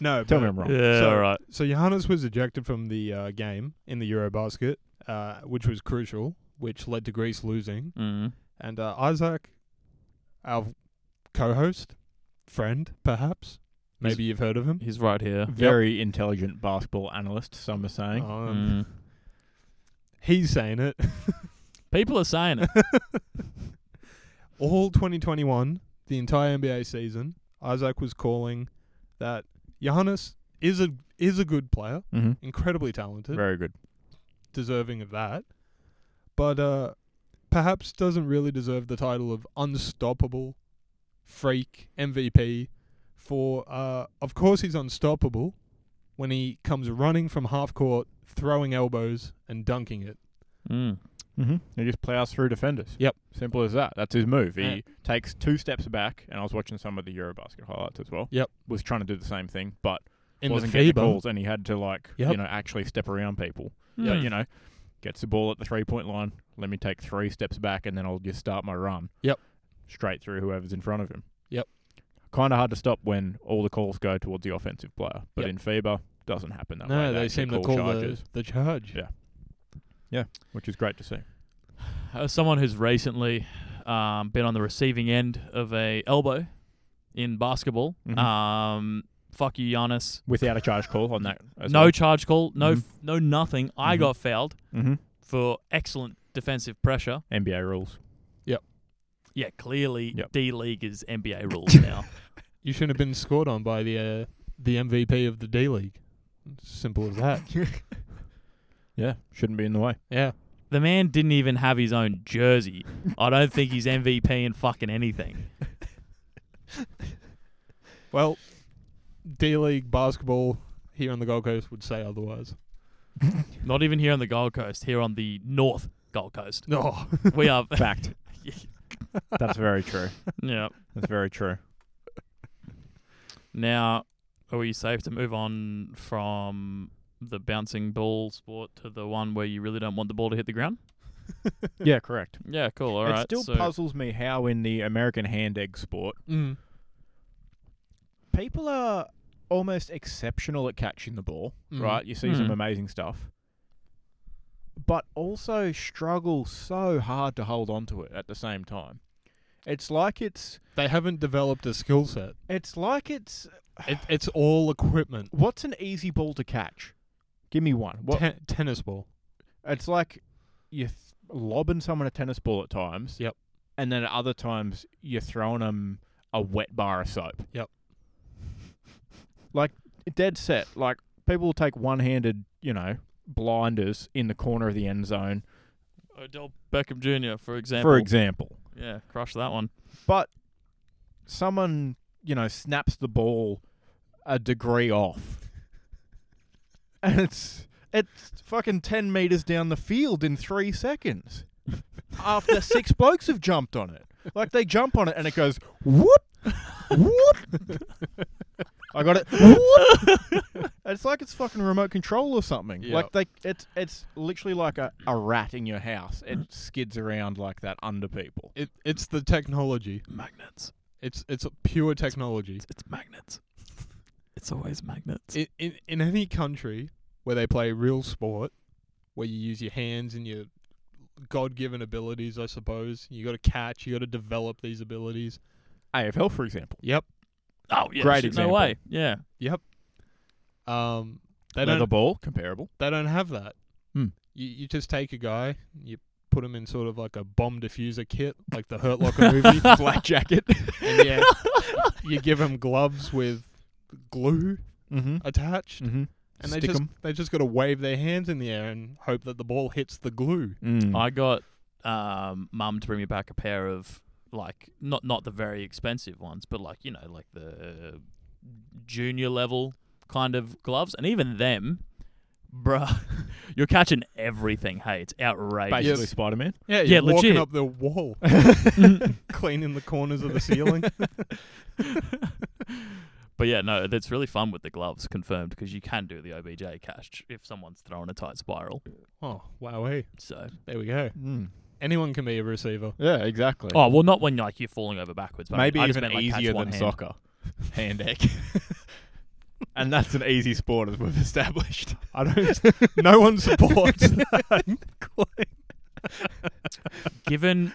B: no.
A: tell
B: but-
A: me I'm wrong.
C: yeah.
B: So-
C: all right.
B: So Johannes was ejected from the uh, game in the EuroBasket, uh, which was crucial, which led to Greece losing.
C: Mm.
B: And uh, Isaac, our co-host, friend, perhaps. Maybe you've heard of him.
C: He's right here.
A: Very intelligent basketball analyst, some are saying.
B: Um,
C: Mm.
B: He's saying it.
C: People are saying it.
B: All 2021, the entire NBA season, Isaac was calling that Giannis is a is a good player,
A: Mm-hmm.
B: incredibly talented,
A: Very good.
B: deserving of that, but uh, perhaps doesn't really deserve the title of unstoppable freak MVP. For uh, of course he's unstoppable when he comes running from half court, throwing elbows and dunking it.
C: Mm.
A: Mm-hmm. He just plows through defenders.
B: Yep.
A: Simple as that. That's his move. He
C: Yeah.
A: takes two steps back, and I was watching some of the Eurobasket highlights as well.
B: Yep.
A: Was trying to do the same thing, but
B: In
A: wasn't
B: the
A: getting the
B: FIBA,
A: calls, and he had to like
B: Yep.
A: you know actually step around people.
C: Mm.
A: But you know, gets the ball at the three point line. Let me take three steps back, and then I'll just start my run.
B: Yep.
A: Straight through whoever's in front of him.
B: Yep.
A: Kind of hard to stop when all the calls go towards the offensive player, but
B: Yep.
A: in FIBA doesn't happen that way.
B: no, they
A: actually
B: seem to call the,
A: charges,
B: the charge.
A: Yeah. which is great to see.
C: As Uh, someone who's recently um, been on the receiving end of a elbow in basketball,
A: Mhm.
C: um, fuck you, Giannis.
A: Without a charge call on that. As
C: no
A: well.
C: charge call, no,
A: Mhm.
C: f- no nothing. I
A: Mhm.
C: got fouled
A: Mhm.
C: for excellent defensive pressure.
A: NBA rules.
C: Yeah, clearly
A: Yep.
C: D League is NBA rules now.
B: You shouldn't have been scored on by the uh, the MVP of the D League. Simple as that.
A: Yeah, shouldn't be in the way.
B: Yeah.
C: The man didn't even have his own jersey. I don't think he's MVP in fucking anything.
B: Well, D League basketball here on the Gold Coast would say otherwise.
C: Not even here on the Gold Coast, here on the North Gold Coast.
B: No.
C: We are.
A: Fact. That's very true.
C: yeah.
A: That's very true.
C: Now, are we safe to move on from the bouncing ball sport to the one where you really don't want the ball to hit the ground?
A: Yeah, correct.
C: Yeah, cool. All right.
A: it still
C: so-
A: puzzles me how in the American hand egg sport
B: mm.
A: people are almost exceptional at catching the ball,
B: Mm.
A: right? You see some
C: Mm.
A: amazing stuff. But also struggle so hard to hold on to it at the same time. It's like it's
B: They haven't developed a skill set.
A: it's like it's
B: It, it's all equipment.
A: what's an easy ball to catch? Give me one. What
B: Ten- tennis ball.
A: It's like you're th- lobbing someone a tennis ball at times.
B: Yep.
A: And then at other times, you're throwing them a wet bar of soap.
B: Yep.
A: Like, dead set. Like, people will take one handed, you know, blinders in the corner of the end zone,
C: Odell Beckham Jr., for example.
A: for example.
C: yeah, crush that one.
A: But someone, you know, snaps the ball a degree off. And it's. It's fucking 10 meters down the field in three seconds. after six blokes have jumped on it. Like they jump on it and it goes whoop, whoop. I got it. Whoop. it's like it's fucking remote control or something.
B: Yeah.
A: Like they, it's it's literally like a, a rat in your house. It skids around like that under people.
B: It, it's the technology.
C: Magnets.
B: It's it's pure technology.
C: It's magnets. It's always magnets.
B: In, in in any country where they play real sport, where you use your hands and your god-given abilities, I suppose you got to catch, you got to develop these abilities.
A: AFL, for example,
B: Yep.
C: oh, yeah.
A: Great
C: shit,
A: example.
C: No way. Yeah.
B: Yep. Um, they
A: leather
B: don't
A: ball comparable.
B: they don't have that.
A: Hmm.
B: You you just take a guy, you put him in sort of like a bomb diffuser kit, like the Hurt Locker movie,
A: Black jacket.
B: and yeah, you give him gloves with glue
A: mm-hmm.
B: attached,
A: Mm-hmm.
B: and they just they just got to wave their hands in the air and hope that the ball hits the glue.
A: Mm.
C: I got um, mum to bring me back a pair of like not not the very expensive ones, but like you know like the junior level kind of gloves, and even them, bruh, you're catching everything. Hey, it's outrageous.
A: Basically,
B: Yes.
A: Spider Man.
B: Yeah,
C: Yeah,
B: you're walking
C: legit.
B: up the wall, cleaning the corners of the ceiling.
C: But yeah, no, that's really fun with the gloves, confirmed, because you can do the OBJ catch if someone's throwing a tight spiral.
B: oh wow, hey,
C: So,
B: there we go.
A: Mm.
B: Anyone can be a receiver.
A: Yeah, exactly.
C: oh well, not when like you're falling over backwards. But I mean,
A: Maybe
C: I just
A: even
C: meant, like, catch
A: easier
C: one
A: than
C: hand.
A: soccer, hand egg. and that's an easy sport, as we've established.
B: I don't. no one supports that.
C: given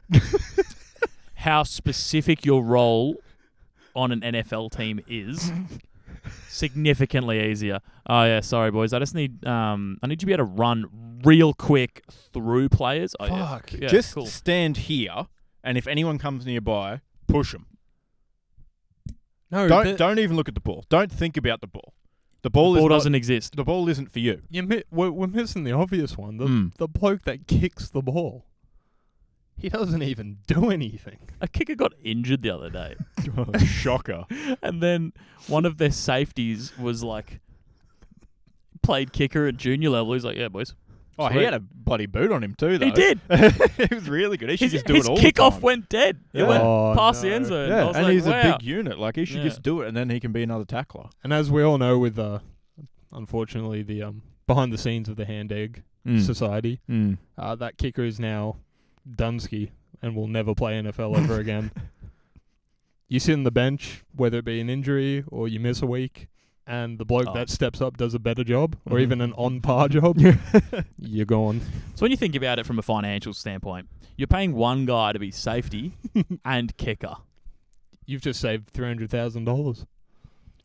C: how specific your role on an NFL team is, significantly easier. Oh yeah, sorry boys. I just need um I need you to be able to run real quick through players. Oh, yeah.
B: Fuck.
C: Yeah,
A: Just
C: cool.
A: stand here, and if anyone comes nearby, push them.
B: No,
A: Don't
B: the-
A: don't even look at the ball. Don't think about the ball. The ball,
C: Ball
A: is not-
C: doesn't exist.
A: the ball isn't for you.
B: You mi- we're, we're missing the obvious one. The,
C: Hmm.
A: Mm.
B: the bloke that kicks the ball. He doesn't even do anything.
C: A kicker got injured the other day.
A: Shocker.
C: and then one of their safeties was like played kicker at junior level. He's like, Yeah, boys.
A: Oh, he
C: Sweet.
A: had a bloody boot on him too, though.
C: He did.
A: it was really good. He should
C: His,
A: just do
C: his
A: it all the
C: kickoff
A: time.
C: went dead. It
A: Yeah.
C: went
B: Oh,
C: past the
B: no.
C: end zone. I
A: Yeah,
C: was
A: and
C: like,
A: he's
C: wow.
A: a big unit. Like he should
C: Yeah.
A: just do it, and then he can be another tackler.
B: And as we all know, with uh, unfortunately the um behind the scenes of the hand egg
A: Hmm.
C: Hmm,
B: society,
A: Mm.
B: uh, that kicker is now Dunsky and will never play NFL ever again. You sit on the bench, whether it be an injury or you miss a week, and the bloke
C: Oh.
B: that steps up does a better job or
A: Mhm.
B: even an on par job, you're gone.
C: So when you think about it from a financial standpoint, you're paying one guy to be safety and kicker.
B: You've just saved three hundred thousand dollars.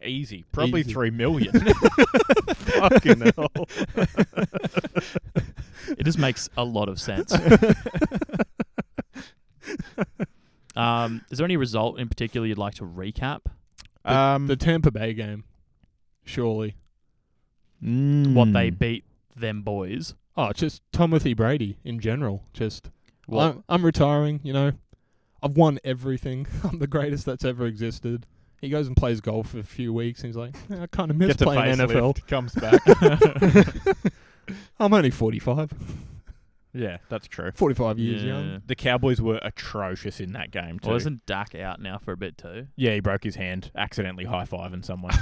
A: Easy. Probably
B: Easy.
A: three million.
B: Fucking hell.
C: It just makes a lot of sense. um, is there any result in particular you'd like to recap?
A: um,
B: The Tampa Bay game, surely.
C: hmm.
A: Hmm.
C: What they beat them boys.
B: Oh, just Timothy Brady in general. Just
C: What?
B: I'm, I'm retiring. You know, I've won everything. I'm the greatest that's ever existed. He goes and plays golf for a few weeks, and he's like, "Yeah, I kind of miss
A: Gets a
B: playing NFL.
A: facelift, comes back.
B: I'm only 45,
A: yeah, that's true.
B: 45 years
C: yeah.
B: young.
A: The Cowboys were atrocious in that game too.
C: Well, isn't Dak out now for a bit too?
A: Yeah, he broke his hand accidentally high fiving someone.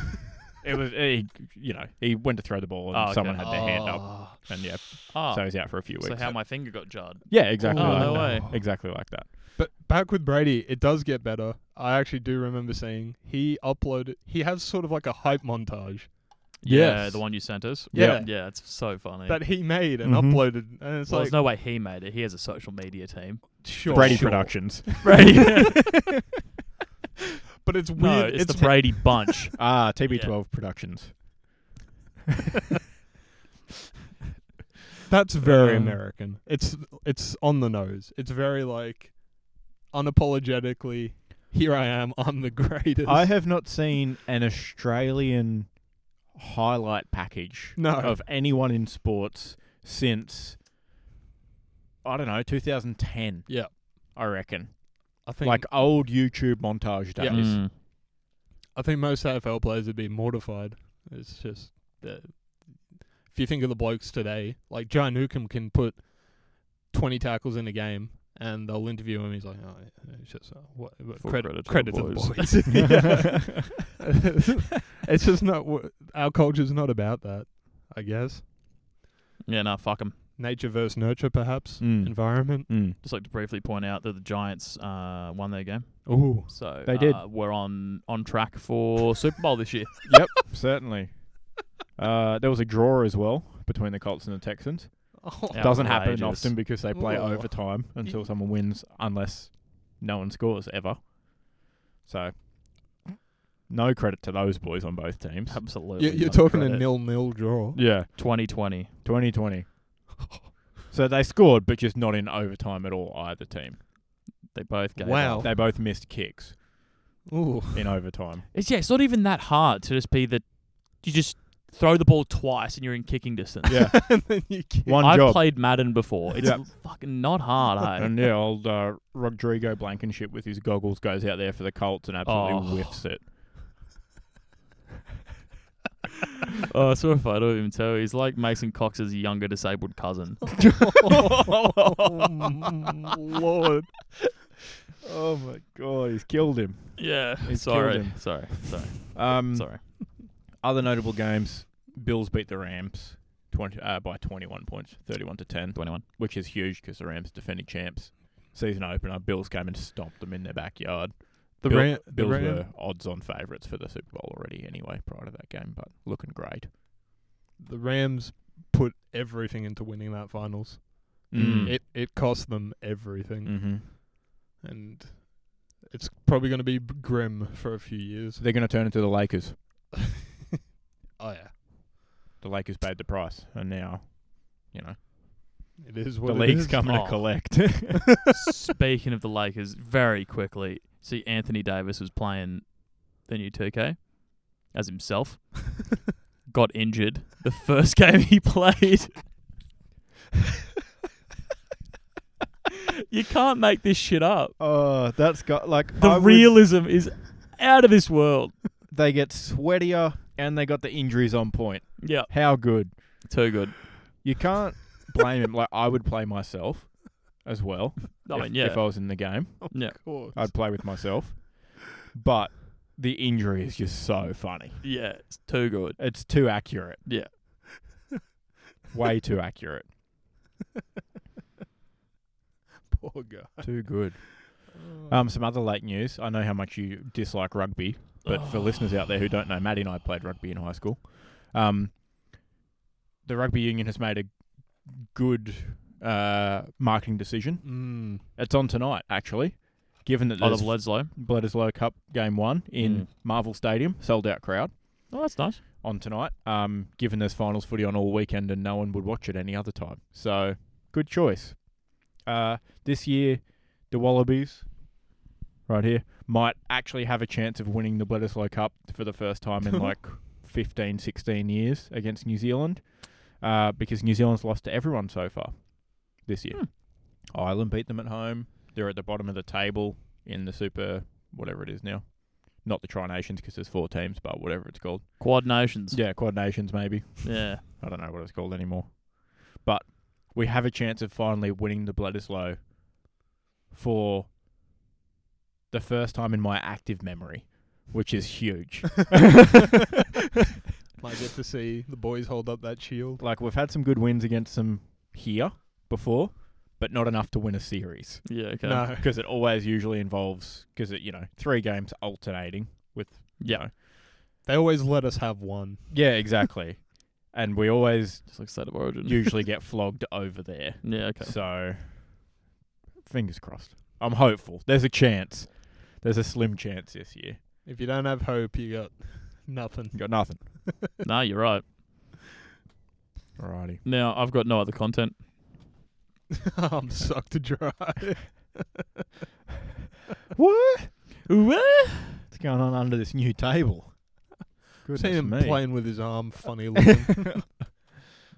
A: it was he, you know, he went to throw the ball and
C: Oh, okay.
A: someone had their hand up,
B: Ah.
A: and yeah,
C: Oh,
A: so he's out for a few
C: so
A: weeks.
C: how my finger got jarred.
A: yeah, exactly.
C: Oh,
A: like
C: no
A: that.
C: way.
A: Exactly like that.
B: But back with Brady, it does get better. I actually do remember seeing he uploaded. He has sort of like a hype montage
C: Yeah,
B: Yes.
C: the one you sent us.
B: Yeah.
C: yeah, it's so funny.
B: that he made and
A: Mhm.
B: uploaded, and it's
C: well,
B: like
C: there's no way he made it. He has a social media team.
B: sure,
A: Brady
B: sure.
A: Productions.
C: Brady.
B: But it's weird.
C: no, it's, the Brady Bunch.
A: Ah, TB12 Productions.
B: That's very
A: Um,
B: American. It's it's on the nose. It's very like unapologetically. Here I am. I'm the greatest.
A: I have not seen an Australian highlight package
B: no.
A: of anyone in sports since I don't know 2010.
B: Yeah.
A: I reckon
B: I think
A: like old YouTube montage days.
B: Yeah.
C: Mm.
B: I think most AFL players would be mortified. It's just the if you think of the blokes today, like Joe Newcomb can put twenty tackles in a game, and they'll interview him. He's like, oh, yeah, it's just uh, what, what
C: Full
B: credit, credit
C: credit to the
B: to the
C: boys."
B: boys. Yeah. it's just not what our culture's not about that. I guess
C: Yeah, no, fuck him.
B: nature versus nurture, perhaps
A: Mm.
B: environment.
A: Mm.
C: Just like to briefly point out that the Giants uh, won their game,
B: Ooh,
C: so
A: They did.
C: Uh, we're on on track for Super Bowl this year.
A: yep, certainly. Uh, there was a draw as well between the Colts and the Texans.
C: Yeah.
A: Doesn't happen
C: Outrageous.
A: often because they play
B: Ooh.
A: overtime until someone wins, unless no one scores ever. So, no credit to those boys on both teams.
C: Absolutely.
B: you're, you're
C: no
A: Oh,
B: talking a
C: credit.
B: nil-nil draw.
A: Yeah,
C: 2020.
A: 2020. So they scored, but just not in overtime at all. Either team,
C: They both gave
B: Wow.
C: up.
A: they both missed kicks
B: Ooh,
A: in overtime.
C: It's yeah, it's not even that hard to just be the you just throw the ball twice and you're in kicking distance.
A: Yeah,
B: and then you kick.
A: one
C: I've
A: job.
C: played Madden before. It's
A: Yeah.
C: fucking not hard, eh? hey?
A: and yeah, old uh, Rodrigo Blankenship with his goggles goes out there for the Colts and absolutely
C: Oh.
A: whiffs it.
C: oh, I saw a photo of him too. He's like Mason Cox's younger disabled cousin.
B: Oh, Lord.
A: Oh my god, he's killed him.
C: yeah.
A: He's killed
C: Sorry.
A: him.
C: Sorry. Sorry.
A: Um,
C: Sorry.
A: Other notable games: Bills beat the Rams 20, uh, by 21 points, 31 to 10,
C: Twenty one.
A: which is huge because the Rams are defending champs. Season opener, Bills came and stomped them in their backyard.
B: The
A: Bill-
B: Ram- the
A: Bills
B: Ram-
A: were odds-on favourites for the Super Bowl already, anyway, prior to that game, but looking great.
B: the Rams put everything into winning that finals.
C: Mm.
B: It it cost them everything,
A: hmm
B: and it's probably going to be b- grim for a few years.
A: So they're going to turn into the Lakers.
B: Oh yeah,
A: The Lakers paid the price, and now, you know,
B: it is what
A: the
B: it
A: league's
B: is.
A: coming
C: Oh.
A: to collect.
C: Speaking of the Lakers, very quickly, see Anthony Davis was playing the new 2K as himself. Got injured the first game he played. you can't make this shit up.
A: Oh, that's got like
C: The
A: I would-
C: realism is out of this world.
A: They get sweatier, and they got the injuries on point.
C: Yeah,
A: How good?
C: too good.
A: You can't blame him. Like I would play myself as well.
C: I
A: if,
C: mean, yeah.
A: if I was in the game,
C: yeah.
B: Of course.
A: I'd play with myself. But the injury is just so funny.
C: Yeah, it's too good.
A: It's too accurate.
C: Yeah.
A: Way too accurate.
B: Poor guy.
A: Too good.
B: Mm.
A: Um, some other late news. I know how much you dislike rugby, but for listeners out there who don't know, Maddie and I played rugby in high school. Um, the rugby union has made a good uh, marketing decision.
B: Mm.
A: It's on tonight, actually. Given that
C: Oh,
A: there's
C: the Bledsoe.
A: Bledisloe Cup Game One in
C: Mm.
A: Marvel Stadium, sold out crowd
C: Oh, that's nice.
A: on tonight. Um, given there's finals footy on all weekend and no one would watch it any other time, so good choice. Uh, this year, the Wallabies, right here, might actually have a chance of winning the Bledisloe Cup for the first time in like 15, 16 years against New Zealand. uh, because New Zealand's lost to everyone so far this year.
C: Hmm.
A: Ireland beat them at home. They're at the bottom of the table in the Super, whatever it is now. Not the Tri Nations because there's four teams, but whatever it's called.
C: Quad nations.
A: Yeah, Quad Nations maybe.
C: yeah.
A: I don't know what it's called anymore. But we have a chance of finally winning the Bledisloe for the first time in my active memory, which is huge.
B: Might get to see the boys hold up that shield.
A: like we've had some good wins against them here before, but not enough to win a series
C: Yeah. Okay.
B: No.
A: because it always usually involves because it you know three games alternating with
C: Yeah.
A: you know.
B: They always let us have one.
A: yeah exactly, and we always
C: Just like state of origin.
A: usually get flogged over there.
C: yeah. Okay.
A: So, fingers crossed. I'm hopeful. There's a chance. There's a slim chance this year.
B: If you don't have hope, you got nothing.
A: You got nothing.
C: no, you're right.
A: Alrighty.
C: Now I've got no other content.
B: I'm sucked to dry.
A: What? What's going on under this new table? Goodness
B: Seen him
A: me.
B: playing with his arm, funny looking.
C: I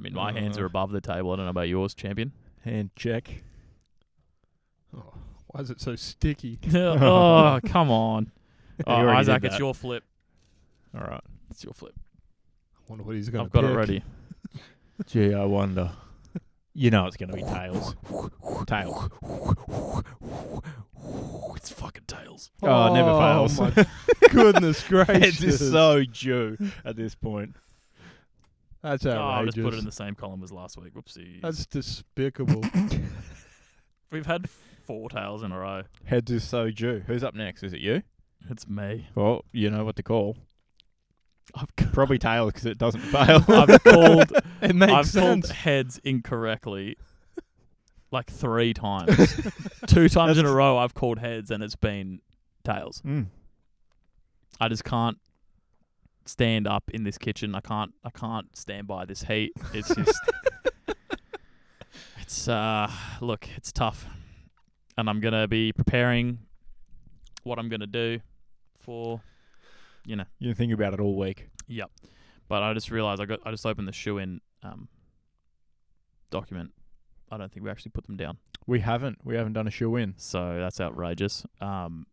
C: mean, my hands
A: Uh.
C: are above the table. I don't know about yours, champion.
A: Hand check.
B: oh, why is it so sticky?
C: oh, come on. Oh,
A: You already did
C: Isaac, it's
A: that.
C: your flip.
A: All right.
C: It's your flip.
B: I wonder what he's going to
C: I've got it ready.
A: Gee, I wonder. You know it's going to be tails. Tails.
C: It's fucking tails.
A: Oh, it never fails.
B: my goodness
A: It's
B: gracious.
A: just so due at this point.
B: That's
C: Oh, I just
B: outrageous.
C: put it in the same column as last week. Whoopsie.
B: That's despicable.
C: We've had four tails in a row.
A: Heads is so due. Who's up next? Is it you?
C: It's me.
A: Well, you know what to call.
C: I've,
A: Probably tails because it doesn't fail.
C: I've called
B: it makes
C: I've
B: sense.
C: called heads incorrectly like three times. Two times in a row I've called heads and it's been tails.
A: Mm.
C: I just can't stand up in this kitchen. I can't I can't stand by this heat. It's just it's uh look, it's tough. And I'm gonna be preparing what I'm gonna do for
A: You think about it all week.
C: Yep. But I just realized I got I just opened the shoe in um, document. I don't think we actually put them down.
A: We haven't. We haven't done a shoe in.
C: So that's outrageous. Um,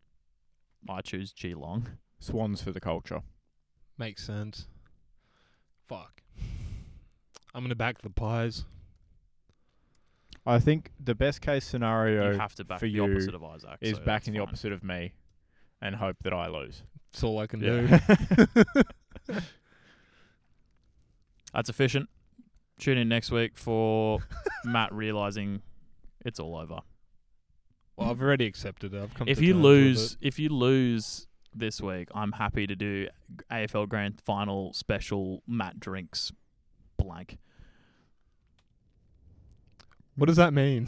C: I choose Geelong.
A: Swans for the culture.
B: Makes sense. Fuck. I'm going to back the pies.
A: I think the best case
C: you
A: scenario
C: have to back
A: for
C: the
A: you
C: opposite of Isaac.
A: is
C: so that's
A: backing the
C: fine.
A: opposite of me and hope that I lose.
B: That's all I can do.
C: That's efficient. Tune in next week for Matt realizing it's all over.
B: Well, I've already accepted it. I've come
C: if
B: to
C: you
B: terms with
C: lose
B: it.
C: if you lose this week, I'm happy to do AFL Grand Final special Matt drinks blank.
B: What does that mean?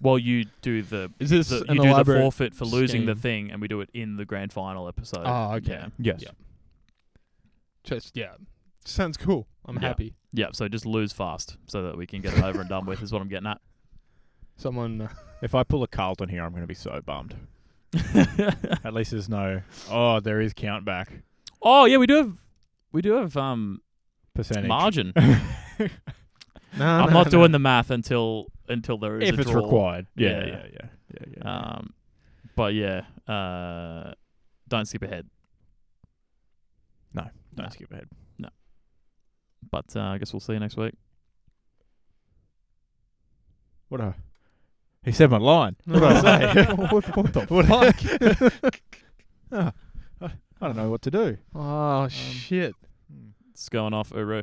C: Well, you do the
B: Is this
C: the,
B: an
C: you do the
B: elaborate
C: forfeit for losing the
B: scheme.
C: thing, and we do it in the grand final episode.
B: Oh, okay.
C: Yeah.
A: yes.
B: Yeah. Just yeah, sounds cool. I'm
C: Yeah.
B: happy.
C: Yeah, so just lose fast so that we can get it over and done with, is what I'm getting at.
B: Someone, uh,
A: If I pull a Carlton here, I'm going to be so bummed. At least there's no. Oh, there is count back
C: oh yeah, we do have we do have um
A: percentage.
C: margin.
B: no,
C: I'm not doing the math until until there is
A: if
C: a
A: it's
C: draw.
A: required. Yeah,
C: Yeah.
A: yeah, yeah, yeah. yeah,
C: Um, but yeah, uh, don't skip ahead.
A: Don't
C: no.
A: skip ahead.
C: But uh, I guess we'll see you next week.
A: What a. He said my line. What did I say?
B: what, what the
A: What-
B: fuck?
A: Ah, I I don't know what to do.
C: Um,
B: oh shit.
C: It's going off Uru.